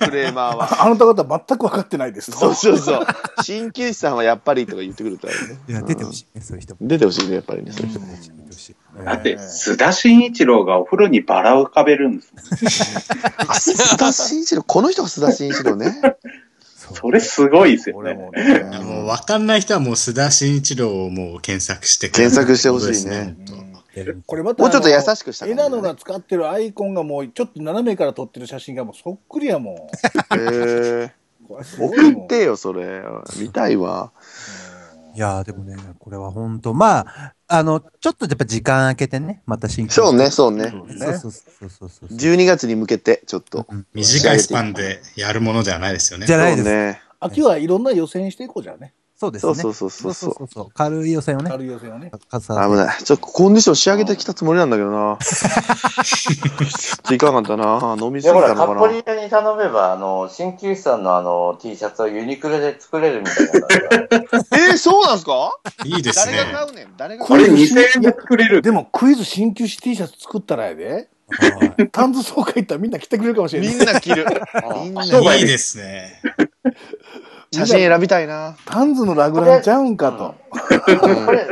Speaker 2: クレーマーは。
Speaker 1: あなた方全く分かってないです。
Speaker 2: そうそうそう。鍼灸師さんはやっぱりとか言ってくるとあれね。
Speaker 3: いや、出てほしいね、そういう人も。
Speaker 2: 出てほしいね、やっぱりね。
Speaker 3: 出てほしい。
Speaker 7: だって、須田慎一郎がお風呂にバラを浮かべるんですもん。
Speaker 2: あ須田慎一郎、この人が須田慎一 郎ね。
Speaker 7: それすごいですよ
Speaker 1: 俺
Speaker 7: ね。
Speaker 1: もね。
Speaker 8: もう分かんない人はもう須田慎一郎をもう検索して
Speaker 2: 検索してほしいね。
Speaker 1: これまた、
Speaker 2: もうちょっと優しくした
Speaker 1: エナノが使ってるアイコンがもうちょっと斜めから撮ってる写真がもうそっくりや も
Speaker 2: え
Speaker 1: ん。これす
Speaker 2: ー、
Speaker 1: ごい
Speaker 2: 送
Speaker 1: も
Speaker 2: っ
Speaker 1: ん
Speaker 2: てよ、それ。見たいわ。
Speaker 3: いやーでもね、これは本当まあ、あの、ちょっとやっぱ時間空けてね、また進行して
Speaker 2: そうね、。そうね。
Speaker 3: そうそうそうそうそうそう。
Speaker 2: 12月に向けて、ちょっと。
Speaker 8: 短いスパンでやるものではないですよね
Speaker 3: じ。ゃないで
Speaker 2: そう
Speaker 3: す。
Speaker 2: ね。
Speaker 1: 秋はいろんな予選していこうじゃんね。
Speaker 3: そうです
Speaker 2: そ
Speaker 3: ね。
Speaker 2: うそうそうそう
Speaker 3: そ
Speaker 2: そう
Speaker 3: うそうそう軽い予選をね、
Speaker 1: 軽い予選はね。
Speaker 3: かさ
Speaker 2: 危ない。ちょっとコンディション仕上げてきたつもりなんだけど な。ちょっといかなかったな。飲みすぎ
Speaker 5: でほ
Speaker 2: た
Speaker 5: ら、
Speaker 2: の
Speaker 5: カ
Speaker 2: か
Speaker 5: ッポリ
Speaker 2: な。
Speaker 5: ーに頼めば、あの、鍼灸師さんのあの、T シャツをユニクロで作れるみたいな。
Speaker 2: えー、そうなんすか
Speaker 8: いいです
Speaker 2: 誰
Speaker 8: ね
Speaker 2: が。買うねん誰が
Speaker 7: こ
Speaker 2: 買う
Speaker 7: れ2000円で作れる。
Speaker 1: でもクイズ新旧シ T シャツ作ったらやで。タンズ総会行ったらみんな来てくれるかもしれな
Speaker 2: みん
Speaker 1: い。
Speaker 2: な着る。みんな着る
Speaker 8: いいですね。
Speaker 2: 写真選びたいな。
Speaker 1: タンズのラグランちゃうんかと。
Speaker 5: これ、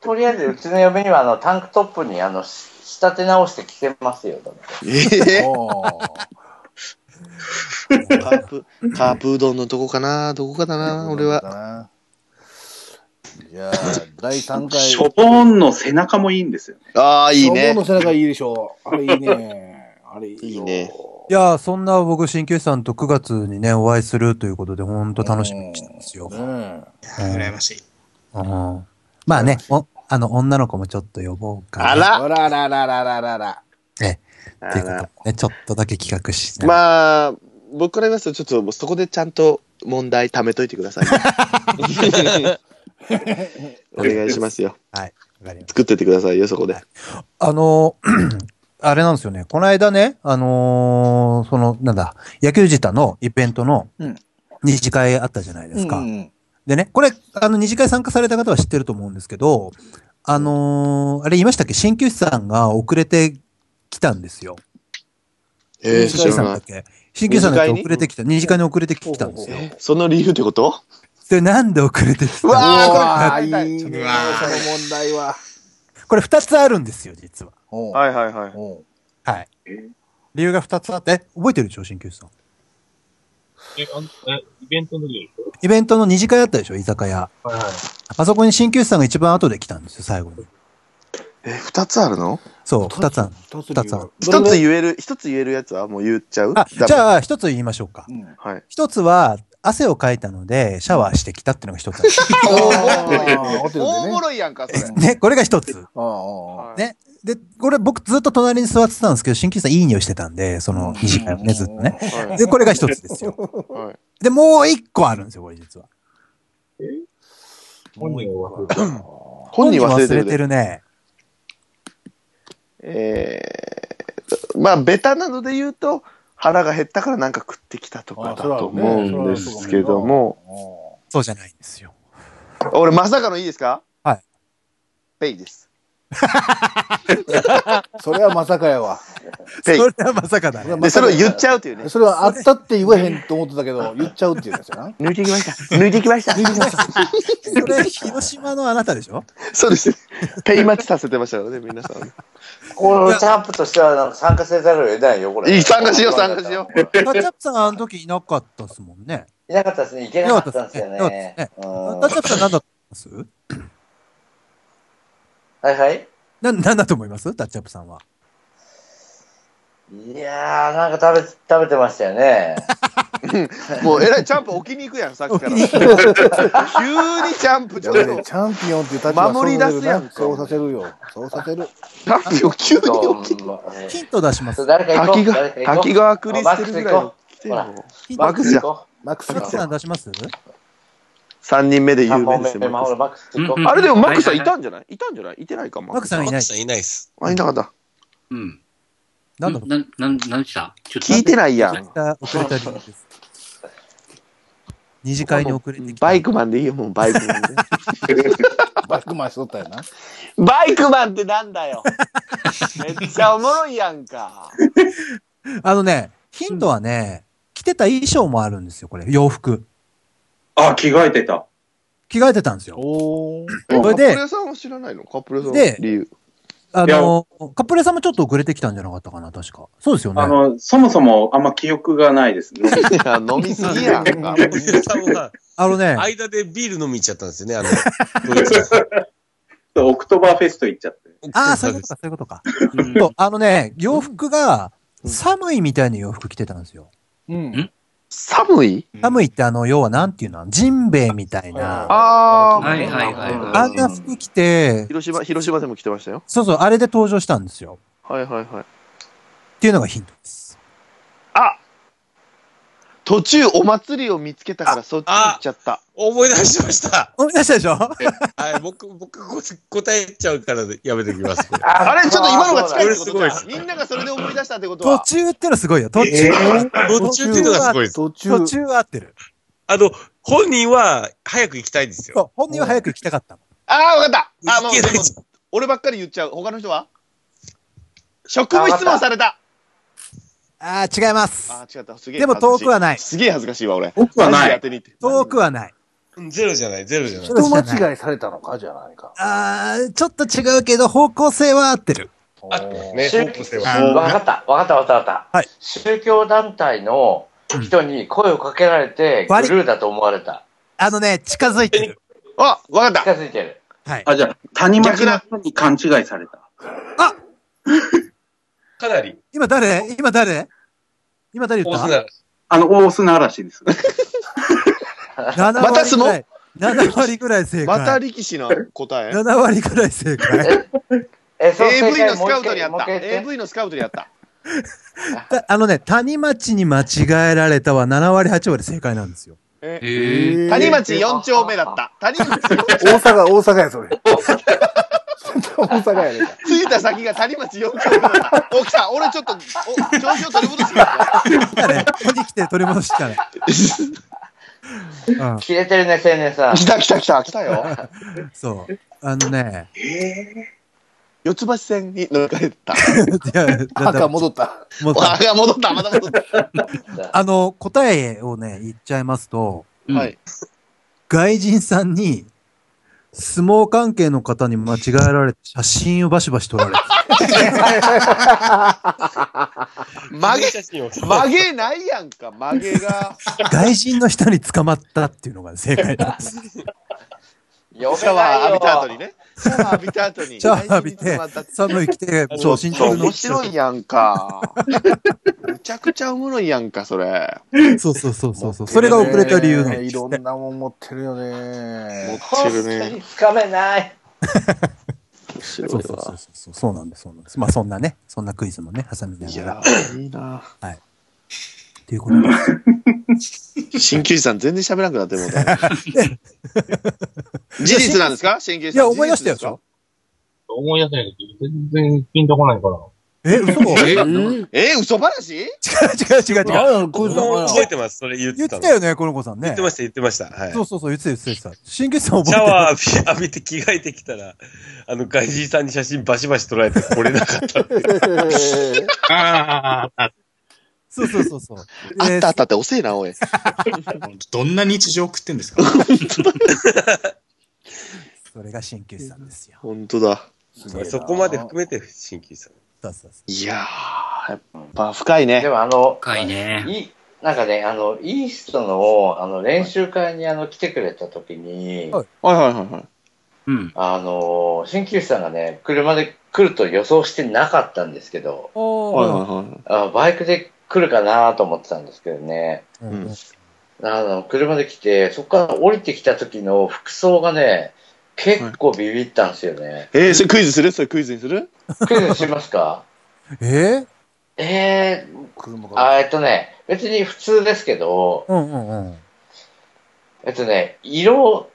Speaker 5: とりあえず、うちの嫁には、あの、タンクトップに、あの、し仕立て直して着てますよ。だか
Speaker 2: ええ
Speaker 1: おー
Speaker 2: カープ、カープうどんのとこかなどこかだな 俺は。。
Speaker 1: じゃあ、第3回。
Speaker 7: ショボンの背中もいいんですよ。
Speaker 2: ああ、いい
Speaker 1: 消防
Speaker 2: ね
Speaker 1: の。背中いいでしょう。あれいいね。あれいいよ
Speaker 2: いいね。
Speaker 3: いやーそんな僕、鍼灸師さんと9月にね、お会いするということで、本当楽しみにしてますよ。
Speaker 1: ね
Speaker 8: 羨ましい。
Speaker 3: うんまあね、おあの、女の子もちょっと呼ぼうかな。
Speaker 2: あ
Speaker 1: え
Speaker 2: ら
Speaker 1: あららららららら。
Speaker 3: ええ、
Speaker 2: あ
Speaker 3: ということ
Speaker 2: ら
Speaker 3: でね、ちょっとだけ企画して。
Speaker 2: まあ、僕から言いますと、ちょっとそこでちゃんと問題貯めといてください。 お願いしますよ。
Speaker 3: はい、わかりました
Speaker 2: 作ってってくださいよ、そこで。
Speaker 3: あの ーあれなんですよね。この間ね、あのーその、なんだ、野球自体のイベントの
Speaker 1: うん
Speaker 3: 二次会あったじゃないですか。
Speaker 1: うん
Speaker 3: でね、これ、あの、二次会参加された方は知ってると思うんですけど、あのーあれ言いましたっけ鍼灸師さんが遅れてきたんですよ。
Speaker 2: えー、
Speaker 3: 鍼灸
Speaker 2: 知
Speaker 3: 師さ
Speaker 2: ら
Speaker 3: んだ
Speaker 2: な
Speaker 3: っ
Speaker 2: い。
Speaker 3: け鍼灸師さんだっけ
Speaker 2: 二次会に
Speaker 3: 遅れてきた。二次会に遅れてきたんですよ。
Speaker 1: え
Speaker 2: その理由ってこと
Speaker 3: で、なんで遅れてきた
Speaker 2: うわ
Speaker 3: の
Speaker 2: ー
Speaker 1: ああ、いいね。
Speaker 8: う
Speaker 1: その
Speaker 8: わー
Speaker 1: 問題は。
Speaker 3: これ二つあるんですよ、実は。
Speaker 1: おう
Speaker 2: はいはいはい。
Speaker 1: おう
Speaker 3: はい
Speaker 7: え。
Speaker 3: 理由が二つあって、え覚えてるでしょ、鍼灸師さん。
Speaker 9: え、あんえ、イベントの時でしょ
Speaker 3: イベントの二次会あったでしょ、居酒屋。
Speaker 9: はいはい。
Speaker 3: あそこに鍼灸師さんが一番後で来たんですよ、最後に。
Speaker 2: え、二つあるの
Speaker 3: そう、二つある。
Speaker 1: 二つ
Speaker 3: 二
Speaker 1: 理
Speaker 3: つ
Speaker 1: 由
Speaker 3: あ
Speaker 1: が
Speaker 3: る
Speaker 1: ど
Speaker 2: 一
Speaker 1: れ
Speaker 2: つ
Speaker 1: ぐ
Speaker 2: 言える、一つ言えるやつはもう言っちゃう
Speaker 3: あ、じ
Speaker 2: あ。
Speaker 3: ゃあ、一つ言いましょうか。
Speaker 1: らいうん
Speaker 2: はい。
Speaker 3: 一つは、汗をかいたので、シャワーしてきたっていうのが一つ ある。
Speaker 1: あーホテルでね
Speaker 2: 大おもろいやんか、それ。
Speaker 3: ね、これが一つ。
Speaker 1: ああああ
Speaker 2: はい
Speaker 3: ね。で、これ僕ずっと隣に座ってたんですけど、鍼灸師さんいい匂いしてたんで、その二次会もね、ずっとね。
Speaker 2: はい
Speaker 3: で、これが一つですよ。
Speaker 2: はい
Speaker 3: で、もう一個あるんですよ、これ実は。
Speaker 9: 本人を忘れ
Speaker 2: 本人忘れてる
Speaker 3: 本人忘て
Speaker 2: で。
Speaker 3: るね。
Speaker 2: えー、まあ、ベタなので言うと、腹が減ったからなんか食ってきたとかだと思うんですけども、
Speaker 1: も。
Speaker 3: そうじゃないんですよ。
Speaker 2: 俺まさかのいいですか
Speaker 3: はい。
Speaker 2: ペイです。
Speaker 1: それはまさかやわ。
Speaker 3: そ
Speaker 2: ペイ
Speaker 3: れはまさかだね。
Speaker 2: で、それを言っちゃうというね。
Speaker 1: それはあったって言わへんと思ってたけど、言っちゃうっていうやつやな。
Speaker 2: 抜いてきました。抜いてきました。
Speaker 3: それ、広島のあなたで しょ
Speaker 2: そうです。ペイ待ちさせてましたからね、皆さん。
Speaker 5: このチャンプとしてはなんか参加せざるを得ないよ、これ。
Speaker 2: いい参加しよう参加しよ
Speaker 5: う。
Speaker 3: タッチャップさんあの時いなかったっすもんね。
Speaker 5: いなかったですね、いけなかったんですよ
Speaker 3: いな
Speaker 5: ね。
Speaker 3: かったですね
Speaker 5: う
Speaker 3: タ
Speaker 5: ん
Speaker 3: ッチャップさん何だと思います
Speaker 5: はいはい。
Speaker 3: な、何だと思いますタッチャップさんは。
Speaker 5: いやー、なんか食べ、食べてましたよね。
Speaker 2: う。 もうえらいチャンプ置きに行くやん、さっきから。急にチャンプち
Speaker 1: で
Speaker 2: ょっ
Speaker 1: も
Speaker 2: と。
Speaker 1: ねチャンピオンっていう立場はそうなるな
Speaker 2: 守り出すやんか
Speaker 1: そうさせるよ。そうさせる。
Speaker 2: チャンピオン急に
Speaker 5: そう
Speaker 2: 起きて。
Speaker 5: まあね
Speaker 3: ヒント出しま
Speaker 5: そ
Speaker 3: す
Speaker 5: う。誰か行こう。
Speaker 2: 滝
Speaker 5: 誰
Speaker 2: が、
Speaker 5: か行こう
Speaker 2: 滝川クリステルぐらいの来てよ。
Speaker 3: ヒン
Speaker 5: マッ
Speaker 3: ト、
Speaker 5: クス行こ
Speaker 1: マックス
Speaker 3: タッチャップさん出します
Speaker 2: 3人目で
Speaker 5: う。
Speaker 2: 有
Speaker 5: 三
Speaker 2: 名
Speaker 5: 本
Speaker 2: です
Speaker 5: 目、
Speaker 2: よ、
Speaker 5: マ
Speaker 2: マック
Speaker 5: ホ
Speaker 2: ス
Speaker 5: ルマックス行こ
Speaker 4: う
Speaker 5: う。
Speaker 4: ん
Speaker 2: あれでもマックスさんいたんじゃないいたんじゃないいてないか、マ
Speaker 3: マックさ
Speaker 2: ん。
Speaker 3: んい
Speaker 6: マッ
Speaker 3: な
Speaker 6: ク
Speaker 3: い。
Speaker 6: さんいないっす。
Speaker 2: あ、いなかった。
Speaker 4: うん。
Speaker 3: 何だろう
Speaker 4: な、な、なんでしたちょっと
Speaker 2: 聞いてないや
Speaker 3: 遅れ
Speaker 2: ん。
Speaker 3: た、遅れた理由です。二次会に遅れてきた。
Speaker 2: バイクマンでいいよ、もうバイクマンで。
Speaker 1: バックマンしとったよな。
Speaker 2: バイクマンってなんだ よ。めっちゃおもろいやんか。
Speaker 3: あのね、ヒントはね、着てた衣装もあるんですよ、これ。洋服。
Speaker 7: あ、着替えてた。
Speaker 3: 着替えてたんですよ。
Speaker 1: おお。
Speaker 3: それで
Speaker 2: カプレさんは知らないのカプレさんの
Speaker 3: で
Speaker 2: 理由。
Speaker 3: あの、カップレさんもちょっと遅れてきたんじゃなかったかな、確か。そうですよね。
Speaker 7: あの、そもそもあんま記憶がないです ね。
Speaker 2: いや、飲みすぎやんか。
Speaker 6: さんは
Speaker 3: あのね、
Speaker 6: 間でビール飲み行っちゃったんですよ ね、あの、ドイツの
Speaker 7: オクトバーフェスト行っちゃって。
Speaker 3: ああ、そういうことか、そういうことか。そうあのね、洋服が、寒いみたいな洋服着てたんですよ。
Speaker 1: うん。
Speaker 2: 寒い
Speaker 3: 寒いってあの、要はなんていうのジンベエみたいな。
Speaker 2: あ
Speaker 4: はいはいはいはい
Speaker 3: あんな服着て、
Speaker 2: 広島、広島でも来てましたよ。
Speaker 3: そうそう、あれで登場したんですよ。
Speaker 2: はいはいはい。
Speaker 3: っていうのがヒントです。
Speaker 2: あ途中お祭りを見つけたからそっち行っちゃった。
Speaker 6: 思い出しました。
Speaker 3: 思い出したでしょ
Speaker 6: はい、僕、僕、こ答えちゃうからやめてきま す。これ
Speaker 5: あ
Speaker 2: あれちょっと今のが近いってこ
Speaker 6: す
Speaker 2: と
Speaker 6: ごい
Speaker 2: だ
Speaker 6: っす
Speaker 2: みんながそれで思い出したってこと
Speaker 3: 途
Speaker 2: は。
Speaker 3: 中ってのはすごいよ。途中。
Speaker 6: どっちっていうのがすごいです。
Speaker 1: 途中。
Speaker 3: 途中は合ってる。
Speaker 6: あの、本人は早く行きたいんですよ。
Speaker 3: そう、本人は早く行きたかったの。
Speaker 2: ああ、わかった。あもう
Speaker 6: いけない
Speaker 2: でも俺ばっかり言っちゃう。他の人は職務質問された。
Speaker 3: ああ、違います。
Speaker 2: あー違った。すげえ。
Speaker 3: でも遠くはない。
Speaker 2: すげえ恥ずかしいわ、俺。
Speaker 7: 僕はな
Speaker 2: マジで
Speaker 7: い
Speaker 2: 当。てに行って
Speaker 3: 遠くはない。
Speaker 6: ゼロじゃない、ゼロじゃない。
Speaker 1: 人間違いされたのかじゃないか。
Speaker 3: ああ、ちょっと違うけど、方向性は合ってる。
Speaker 6: あね、
Speaker 5: 宗
Speaker 6: ホップセは。
Speaker 8: あの
Speaker 5: わかった、わかった、わかった、わかった。
Speaker 3: はい
Speaker 5: 宗教団体の人に声をかけられて、
Speaker 3: 割り
Speaker 5: グルーだと思われた。
Speaker 3: あのね、近づいてる。
Speaker 2: あ、わかっ
Speaker 5: 近
Speaker 2: た。
Speaker 5: づいてる。
Speaker 3: はい。
Speaker 7: あ、じゃあ、谷町の人に勘違いされた。
Speaker 6: かなり、
Speaker 3: 今誰今誰今誰言
Speaker 6: 大
Speaker 3: った
Speaker 6: 砂。
Speaker 7: あの、大砂嵐です。
Speaker 3: 7
Speaker 2: また相撲
Speaker 3: 割ぐらい7割ぐらい正解。
Speaker 2: また力士の答え。
Speaker 3: 7割ぐらい正解。
Speaker 5: え、その正
Speaker 2: AV の
Speaker 5: 解
Speaker 2: ス
Speaker 5: もう
Speaker 2: カ
Speaker 5: 一
Speaker 2: ウトにあ
Speaker 5: 回、も
Speaker 2: っ
Speaker 5: う
Speaker 2: た。
Speaker 5: 一回言って。
Speaker 2: AV のスカウトにあった。
Speaker 3: たあのね、谷町に間違えられたは7割8割正解なんですよ。
Speaker 4: へえ。
Speaker 2: 谷町4丁目だった。谷町、
Speaker 1: 大阪、大阪や、それ。大阪やねんか。
Speaker 2: 着いた先が谷町4丁目だった。お、来た。俺ちょっと、お、調子を取り戻してきた。
Speaker 3: だね、ここに来て取り戻しから。 うん
Speaker 5: 切れてるね、青 年さん。
Speaker 2: 来た来た来た。来たよ。
Speaker 3: そう。あの ね、
Speaker 2: 四つ橋線に乗り換えた。
Speaker 3: いや、だだ
Speaker 1: 赤戻 った。
Speaker 3: もう
Speaker 2: あが戻った。また戻った。
Speaker 3: あの、答えをね、言っちゃいますと、
Speaker 4: うん
Speaker 2: はい。
Speaker 3: 外人さんに、相撲関係の方に間違えられて写真をバシバシ撮られて。
Speaker 2: 曲げ、
Speaker 6: 写真を。
Speaker 2: 曲げないやんか、曲げが。
Speaker 3: 外人の人に捕まったっていうのが正解なんです。
Speaker 5: 呼
Speaker 2: シャ
Speaker 5: べ
Speaker 2: ワー
Speaker 5: ない
Speaker 2: 浴びた後
Speaker 5: よ。
Speaker 2: にね。シャワー浴びた後に。
Speaker 3: シャワー浴びて
Speaker 2: 大事に使った、
Speaker 3: 寒い着て、そう、新
Speaker 2: そう
Speaker 3: 宿の
Speaker 2: 面。白いやんか。むちゃくちゃおもろいやんか、それ。
Speaker 3: そうそうそうそうそう。それが遅れた理由なん
Speaker 1: ね
Speaker 3: で
Speaker 1: い
Speaker 3: す
Speaker 1: ろ
Speaker 3: ね。
Speaker 1: んなもん持ってるよね。
Speaker 2: 持
Speaker 5: 本
Speaker 2: ってる
Speaker 5: 当に
Speaker 2: ね。
Speaker 5: 深めない。
Speaker 2: 面白い
Speaker 3: そうそうそう
Speaker 2: わ。
Speaker 3: そう。そうなんです、そうなんです。まあそんなね、そんなクイズもね、挟みないがら。
Speaker 2: やー、いいな。
Speaker 3: っていうことです。
Speaker 2: 鍼灸師さん全然喋らなくなってるもん ね。事実なんですか鍼灸師
Speaker 3: い
Speaker 2: さん。
Speaker 3: や、思い出したよ、でしょ
Speaker 9: 思い出せないけど、全然ピンとこないから。
Speaker 3: え、嘘 違う違
Speaker 2: 事実ですかえ
Speaker 4: え
Speaker 2: ー、嘘話
Speaker 3: う違う違う。
Speaker 1: 何クイズだ
Speaker 6: 覚えてます、それ言っ
Speaker 3: 言
Speaker 6: て
Speaker 3: った
Speaker 6: の。
Speaker 3: てたよね、この子さん
Speaker 6: 言
Speaker 3: ね
Speaker 6: って。ました、言ってました。はい。
Speaker 3: そうそうそう、言ってた言ってた言ってた。新月さん
Speaker 6: シ
Speaker 3: 覚
Speaker 6: ャ
Speaker 3: え
Speaker 6: ワー浴び浴びて着替えてきたら、あの、外人さんに写真バシバシ撮られて、これなかった。
Speaker 9: ああ、
Speaker 3: てる。そうそうそうそう。
Speaker 2: あ
Speaker 3: えー
Speaker 2: ったあったって遅えな、おい。
Speaker 8: どんな日常送ってんですか
Speaker 3: それが新旧さんですよ。
Speaker 2: 本当だ。
Speaker 6: まあそこまで含めて、新規さん。
Speaker 3: そうそうそ
Speaker 2: いやー、やっぱ深いね
Speaker 5: で。もあの、
Speaker 4: 深いね。
Speaker 5: いなんかね、あの、イーストの、あの、練習会に、あの、来てくれた時に、
Speaker 3: はい
Speaker 2: はいはいはいはい。
Speaker 4: うん。
Speaker 5: あの、鍼灸師さんがね、車で来ると予想してなかったんですけど、
Speaker 3: う。お
Speaker 2: はいはい
Speaker 3: ー
Speaker 2: はい。
Speaker 5: あバイクで来るかなと思ってたんですけどね、
Speaker 3: うん
Speaker 2: うん
Speaker 5: あの、車で来て、そこから降りてきた時の服装がね、結構ビビったんですよ ね。
Speaker 2: えー、それクイズするそれクイズにする
Speaker 5: クイズしますか
Speaker 3: えー
Speaker 5: えー、
Speaker 1: 車が。
Speaker 5: あえっとね、別に普通ですけど、
Speaker 3: うんうんうん。
Speaker 5: えっとね、色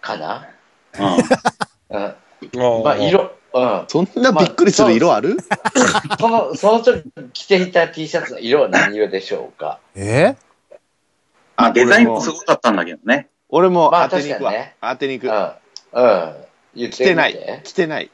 Speaker 5: かな うん。まあ、色、うん。
Speaker 2: そんなびっくりする色ある
Speaker 5: その、その時着ていた T シャツの色は何色でしょうか
Speaker 3: えー
Speaker 7: あ、デザインもすごかったんだけどね。
Speaker 2: 俺も
Speaker 5: まあ
Speaker 2: 当てに行くわ
Speaker 5: 確かにね。
Speaker 2: 当てに行
Speaker 5: うん。う
Speaker 2: く。
Speaker 5: ん。言ってみ
Speaker 2: 来てない。来てない。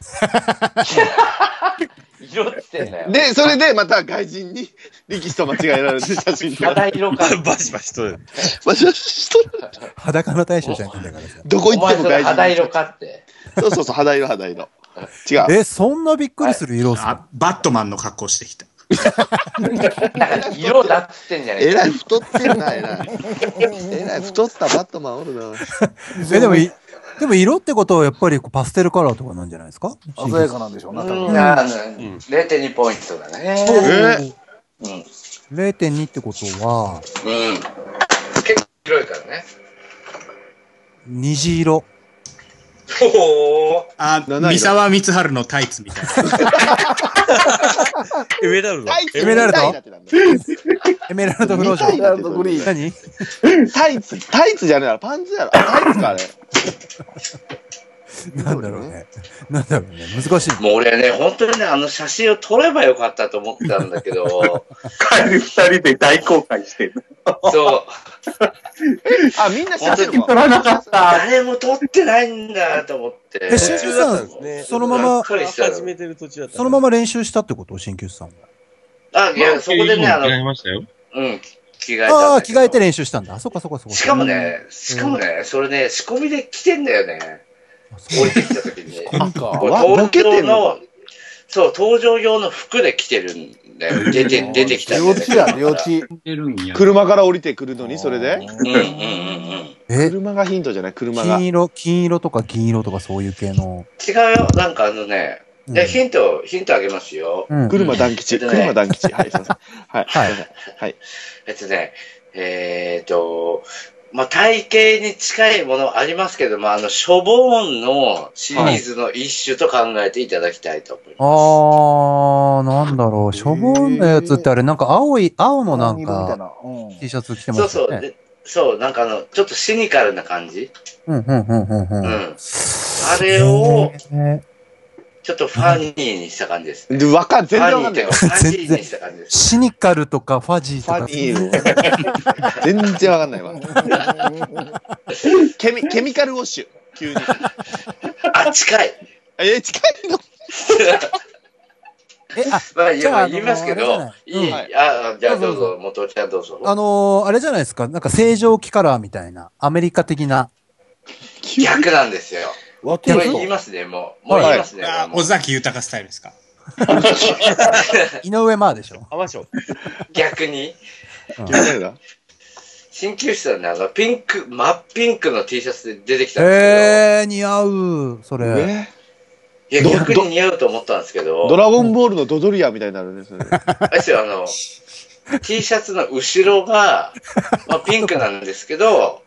Speaker 5: 色って言ってんだよ。
Speaker 2: で、それでまた外人に力士と間違えられて写真撮られ
Speaker 5: 肌色か。
Speaker 6: バシバシ撮る。
Speaker 2: てわしわし撮る
Speaker 3: 裸の大将じゃないんだからさ。
Speaker 2: どこ
Speaker 5: お
Speaker 2: 行って
Speaker 5: 前
Speaker 2: も
Speaker 5: それ
Speaker 2: 外
Speaker 5: 肌
Speaker 2: 人。
Speaker 5: 色かって。
Speaker 2: そうそうそう、肌色肌色。違う。
Speaker 3: え、そんなびっくりする色っすか
Speaker 8: あ、バットマンの格好してきた。
Speaker 5: だから色だっつってんじゃね
Speaker 2: え
Speaker 5: え
Speaker 2: ら
Speaker 5: か。
Speaker 2: い太ってるな、えらい。えらい太ったバットマンおるな。
Speaker 3: え、でもい、でも色ってことはやっぱりこうパステルカラーとかなんじゃないですか
Speaker 1: 鮮やかなんでしょうな、多分。
Speaker 5: うん、あの0.2ポイントだね。
Speaker 2: え
Speaker 5: うん。うん。
Speaker 3: 0.2ってことは、
Speaker 5: 結構広いからね。
Speaker 3: 虹色。
Speaker 5: おお。
Speaker 8: あ、
Speaker 2: 七色
Speaker 8: 三沢光晴のタイツみたいな。
Speaker 6: エメラルド。
Speaker 3: エメラルド
Speaker 2: タイツみたいになって
Speaker 3: エメラルドグロージョ
Speaker 2: 見
Speaker 3: ン。
Speaker 2: たいなってそれ
Speaker 3: 何
Speaker 2: タイツ、タイツじゃねえな、パンツやろ。あタイツか、あれ。
Speaker 3: なんだろうね。なんだろうね。難しい。
Speaker 5: もう俺ね、本当にね、あの写真を撮ればよかったと思ったんだけど、
Speaker 7: 帰り二人で大公開してる。
Speaker 5: そう。
Speaker 2: あ、みんな写真
Speaker 7: 撮らなかった。
Speaker 5: 誰も撮ってないんだと思って。
Speaker 3: え新
Speaker 6: 中
Speaker 3: 宿
Speaker 6: だ
Speaker 3: さ
Speaker 6: っ
Speaker 3: ん
Speaker 6: たんですね。
Speaker 3: そのまま
Speaker 5: びっくりした
Speaker 6: 始めてる途中だった。
Speaker 3: そのまま練習したってこと新旧さんは。
Speaker 5: あ、いや、そこでね、あの、
Speaker 9: 違いましたよ。
Speaker 5: うん、着替えたんだけど。
Speaker 3: ああ、着替えて練習したんだ。そっかそっかそっか。
Speaker 5: しかもね、しかもね、それね、仕込みで来てんだよね。
Speaker 3: あ。そ
Speaker 5: 降
Speaker 3: う
Speaker 5: りてきた 時にね。
Speaker 2: なんか、
Speaker 5: これ
Speaker 2: わボケてんのか、
Speaker 5: そう、登場用の服で着てるんだよ。出て、出てきたんだよ
Speaker 1: 領
Speaker 5: ね
Speaker 1: 地や、領。地。
Speaker 4: 出るんや。
Speaker 2: 車から降りてくるのに、それで
Speaker 5: うんうんうんうん。
Speaker 3: え、
Speaker 2: 車がヒントじゃない、車が
Speaker 3: 金。色、金色とか銀色とかそういう系の。
Speaker 5: 違うよ。なんかあのね、
Speaker 3: うん
Speaker 5: いやヒント、ヒントあげますよ。
Speaker 3: うん。
Speaker 2: 車団吉、車団吉。はい、すいません。はい、すいま
Speaker 3: は
Speaker 2: せ
Speaker 3: い
Speaker 2: ん。はい。
Speaker 5: えっとね、えっと、まあ、体型に近いものありますけど、まあ、あの、ショボーンのシリーズの一種と考えていただきたいと思います。
Speaker 3: あー、なんだろう。しょぼんのやつってあれ、なんか青い、青のなん
Speaker 1: 黄色みたい
Speaker 3: か、
Speaker 1: な。うん。
Speaker 3: T シャツ着て
Speaker 5: そ
Speaker 3: ま
Speaker 5: う
Speaker 3: す
Speaker 5: そう。
Speaker 3: よね。
Speaker 5: でそう、なんかあの、ちょっとシニカルな感じ。
Speaker 3: うん、うん、うん、うん、
Speaker 5: う
Speaker 3: うん。
Speaker 5: ん。あれを、
Speaker 3: へー
Speaker 5: ちょっとファニーにした感じです。
Speaker 2: で、わかん、
Speaker 5: フ
Speaker 2: 全
Speaker 5: ァ
Speaker 2: 然
Speaker 5: ニ
Speaker 2: わか
Speaker 5: ーっ
Speaker 2: ん
Speaker 5: て
Speaker 2: ないいう
Speaker 5: か。ファニーにし た感じです。
Speaker 3: シニカルとかファジーと
Speaker 2: ファ
Speaker 3: か。
Speaker 2: ニーを。 全然わかんないわ。ケミ、ケミカルウォッシュ。急に。
Speaker 5: あ、近い。
Speaker 2: え、近いの
Speaker 3: え、あ、
Speaker 5: まあ、い
Speaker 3: じゃあ
Speaker 5: や言いますけ
Speaker 3: あの
Speaker 5: ど
Speaker 3: あ、
Speaker 5: いい。
Speaker 2: じゃない
Speaker 5: あ、じゃあ
Speaker 3: ど
Speaker 5: ど
Speaker 3: う
Speaker 5: う
Speaker 3: ぞ
Speaker 5: ぞ、元ちゃんどうぞ。
Speaker 3: あのーあれじゃないですか。なんか正常期カラーみたいな。アメリカ的な。
Speaker 5: 逆なんですよ。
Speaker 1: ワテ
Speaker 5: で
Speaker 1: イ
Speaker 5: も
Speaker 1: ス
Speaker 5: 言い
Speaker 1: ト。
Speaker 5: ますね、もう。もう言いますね。
Speaker 8: あ
Speaker 5: も
Speaker 8: 尾
Speaker 5: う
Speaker 8: 崎豊スタイルですか
Speaker 3: 井上まあでしょ。
Speaker 6: アマショ
Speaker 5: 逆に。
Speaker 2: 気になるな。
Speaker 5: 鍼灸師さんね、あの、ピンク、真っピンクの T シャツで出てきたんです
Speaker 3: えー、似合う、それ。
Speaker 2: え
Speaker 5: けど、い
Speaker 2: ど
Speaker 5: や、逆に似合うと思ったんですけ
Speaker 2: ド
Speaker 5: ど、
Speaker 2: ラゴンボールのドドリアみたいになるね。それ
Speaker 5: あれですよ、あの、T シャツの後ろが、まあ、ピンクなんですけど、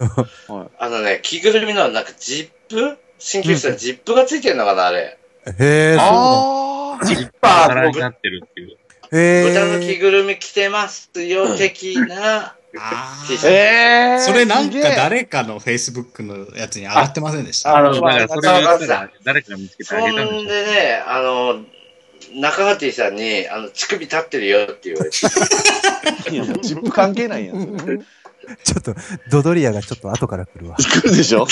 Speaker 5: あのね、着ぐるみのなんかジップ鍼灸師さん、ジップがついてるのかな、あれ。
Speaker 3: へえー、そ
Speaker 2: ああ。
Speaker 9: バラになってるっていう。
Speaker 3: う。へ
Speaker 5: 豚の着
Speaker 3: えー。
Speaker 5: ぐるみ着てますよ、的な T シャツ。
Speaker 2: ええー。
Speaker 8: それなんか
Speaker 2: すげえ
Speaker 8: 誰かのフェイスブックのやつに上がってませんでした
Speaker 9: あの、だ
Speaker 5: ま
Speaker 9: か
Speaker 5: あ
Speaker 9: らそれをやったら、誰かが見つけて
Speaker 5: そ
Speaker 9: あげたんで
Speaker 5: ん
Speaker 9: しょう。
Speaker 5: でね、あの、中畑さんに、あの、乳首立ってるよって言われて、
Speaker 2: いやもうジップ関係ないやん。それ
Speaker 3: ちょっと、ドドリアがちょっと後から来るわ。
Speaker 2: 来るでしょ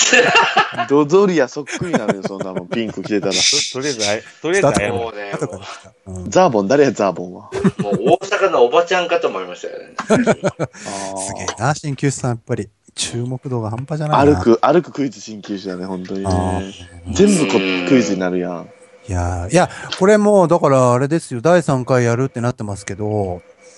Speaker 2: ドドリアそっくりなのよ、そんなもん。ピンク着てたら。
Speaker 6: とりあえずあれ、とりあえず謝る
Speaker 5: もうね、
Speaker 3: 後から来た。うん、
Speaker 2: ザーボン、誰や、ザーボンは。
Speaker 5: もう大阪のおばちゃんかと思いましたよね。
Speaker 3: すげえな、鍼灸師さん、やっぱり。注目度が半端じゃないな。
Speaker 2: 歩。く、歩くクイズ新級師だね、本当に
Speaker 3: あ
Speaker 2: ね。全部こクイズになるやん。
Speaker 3: いやー、いや、これもう、だからあれですよ、第3回やるってなってますけど、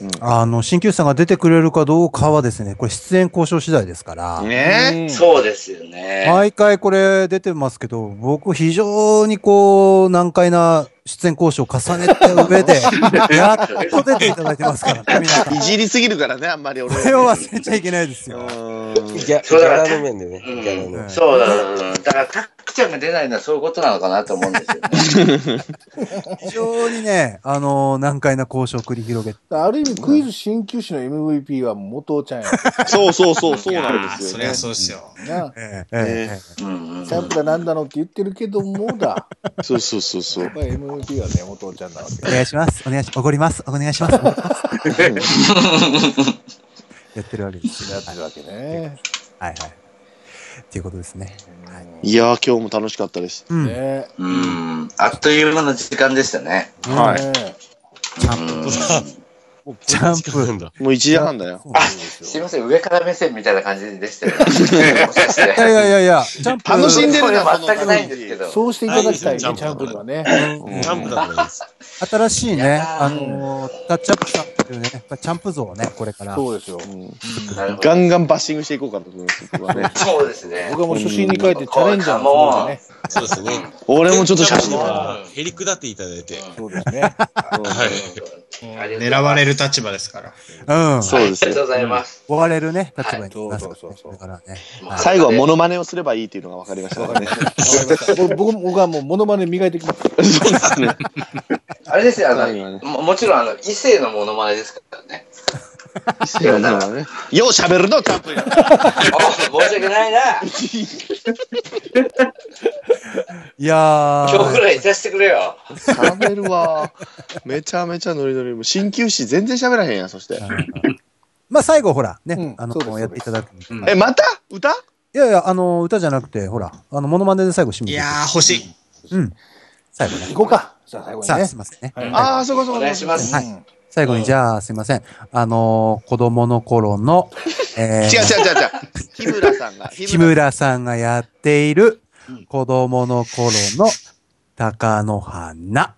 Speaker 2: うん
Speaker 3: あの、鍼灸師さんが出てくれるかどうかはですね、これ出演交渉次第ですから、
Speaker 2: ね
Speaker 5: そうですよね。
Speaker 3: 毎回これ出てますけど、僕非常にこう、難解な出演交渉を重ねた 上で、やっと出ていただいてますからね、皆さん。
Speaker 2: いじりすぎるからね、あんまり俺
Speaker 3: これを忘れちゃいけないですよ。
Speaker 2: うん
Speaker 6: ギャギャラの面でね、ギ
Speaker 5: うん
Speaker 6: ャラの。
Speaker 5: そうだ、うんだから、たっくちゃんが出ないのはそういうことなのかなと思うんですよね。
Speaker 3: 非常にね、あのー難解な交渉を繰り広げて、
Speaker 1: ある意味、クイズ鍼灸師の MVP は元ちゃんや
Speaker 2: そうそうそう、そう
Speaker 8: いや
Speaker 2: なんで
Speaker 8: ー
Speaker 2: すよ
Speaker 8: そり
Speaker 2: ね
Speaker 8: ゃ。そうっすよ。
Speaker 1: な。
Speaker 3: えええええ
Speaker 5: うんうんうん
Speaker 1: キャンプだなんだのって言ってるけどもだ。
Speaker 2: そうそうそうそう
Speaker 1: やっ。ぱり MVP はね、元ちゃんなわけ
Speaker 3: えお願いします。お願いし、おごります。お願 いします。やってるわけですよ。
Speaker 1: やってるわけね。
Speaker 3: はいはい。っていうことですね。
Speaker 2: いやー、今日も楽しかったです。
Speaker 3: うん。
Speaker 1: ね
Speaker 5: うんあっという間の時間でしたね。
Speaker 2: はい
Speaker 1: ね
Speaker 3: ジャンプ。ジャンプ。
Speaker 6: そうなんだ。
Speaker 2: もう1時半だよ。
Speaker 3: そう
Speaker 5: あ、すいません、上から目線みたいな感じでしたよね。もしかして
Speaker 3: いやいやいやいや、ジャンプ。
Speaker 2: 楽しんでるな、
Speaker 5: こ
Speaker 2: この
Speaker 5: れ全くないんですけど。
Speaker 1: そうしていただきたいね、
Speaker 8: ジ
Speaker 1: チ
Speaker 8: ャンプ
Speaker 1: ャンプにはね。
Speaker 2: うん
Speaker 6: ジャンプだったんです。
Speaker 3: 新しいね、
Speaker 5: やー
Speaker 3: あのー、タッチアップさんっていうね、やっぱチャンプ像をね、これから。
Speaker 1: そうですよ。
Speaker 5: なるほど
Speaker 2: ガンガンバッシングしていこうかと思います、僕はね。
Speaker 5: そうですね。
Speaker 1: 僕はもう初心に書いてチャレンジャーのつもりでね。
Speaker 6: そうですね。
Speaker 2: 俺もちょっと写真
Speaker 5: う
Speaker 2: を
Speaker 5: ん
Speaker 6: へりくだっていただいて。
Speaker 1: そうですね。
Speaker 6: はい。
Speaker 8: 狙われる立場ですから。
Speaker 3: うん。
Speaker 2: そうです
Speaker 5: ありが
Speaker 2: よ。
Speaker 5: とうございます。
Speaker 3: 追われるね、立場にいます
Speaker 1: は
Speaker 3: から
Speaker 1: いそうそう
Speaker 3: ね。
Speaker 1: そうそう
Speaker 3: だからね。
Speaker 2: 最後はモノマネをすればいいっていうのが分かりましたからね。
Speaker 1: 僕僕僕はもうモノマネ磨いてきます。
Speaker 2: そうですね。
Speaker 5: あれですよ、あ
Speaker 2: 最後はね
Speaker 5: の、ももちろん、あの、異性のモノマネですからね。異性のモノマネ
Speaker 2: よう喋るの、キャンプに。
Speaker 5: 申し訳ないな。
Speaker 3: いや
Speaker 5: 今日ぐ
Speaker 3: ー、
Speaker 5: らいいさせてくれよ。
Speaker 2: 喋るわ。めちゃめちゃノリノリ。もう鍼灸師全然喋らへんやん、そして。
Speaker 3: まあ最後ほら、
Speaker 1: う
Speaker 3: ね
Speaker 1: ん、
Speaker 3: あ
Speaker 1: そうですそう
Speaker 3: の、
Speaker 1: です
Speaker 3: やっていただく。
Speaker 2: え、また歌
Speaker 3: いやいや、あのー、歌じゃなくて、ほら、あの、モノマネで最後締め
Speaker 8: い
Speaker 3: て。
Speaker 8: やー、欲しい。
Speaker 3: うん。最後ね
Speaker 1: 行。こうか。じゃあ最後に
Speaker 3: さあ、
Speaker 1: ね
Speaker 3: すい。ませんね。
Speaker 1: はい
Speaker 2: ああ、そうかそうか。
Speaker 5: お願いしま
Speaker 1: うん
Speaker 5: す。
Speaker 3: はい最後に、じゃあ、すいません。あのー、子供の頃 の、えー
Speaker 2: 違う違う違う違う。日村さんが。
Speaker 3: 木村さんがやっている子供の頃の鷹の花。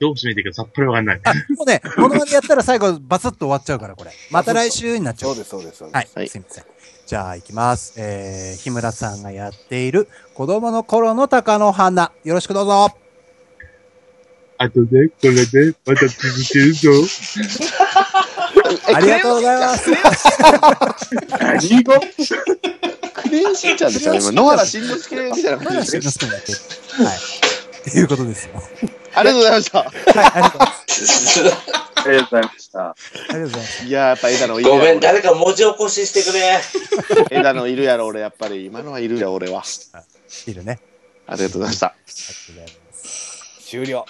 Speaker 9: どう締めていいかさっぱりわかんない。
Speaker 3: あ、もうね、このままやったら最後バスッと終わっちゃうから、これ。また来週になっちゃ
Speaker 1: そう
Speaker 3: う。
Speaker 1: です、そうです、そうです。
Speaker 3: はい、
Speaker 2: はい
Speaker 3: すいません。じゃあ、行きます。えー、日村さんがやっている子供の頃の鷹の花。よろしくどうぞ。
Speaker 9: あとね、これで、また続けるぞ。
Speaker 3: ありがとうございます。
Speaker 7: 何語
Speaker 2: クレヨンしんちゃんでしたね。今野原しんのすけみたいな感じです
Speaker 3: しん
Speaker 2: ね。
Speaker 3: のすけになってるはい。っていうことですよ。 はい、
Speaker 2: ありがとうございました。
Speaker 3: ありがとうございます。
Speaker 7: ありがとうございました。
Speaker 3: ありがとうございます。
Speaker 2: いやー、やっぱ枝野いるや
Speaker 5: ご
Speaker 2: ろ
Speaker 5: めん、誰か文字起こししてくれ。
Speaker 2: 俺枝野いるやろ、俺、やっぱり。今のはいるや、俺は。
Speaker 3: いるね。
Speaker 2: ありがとうございました。
Speaker 3: ありがとうございます。
Speaker 1: 終了。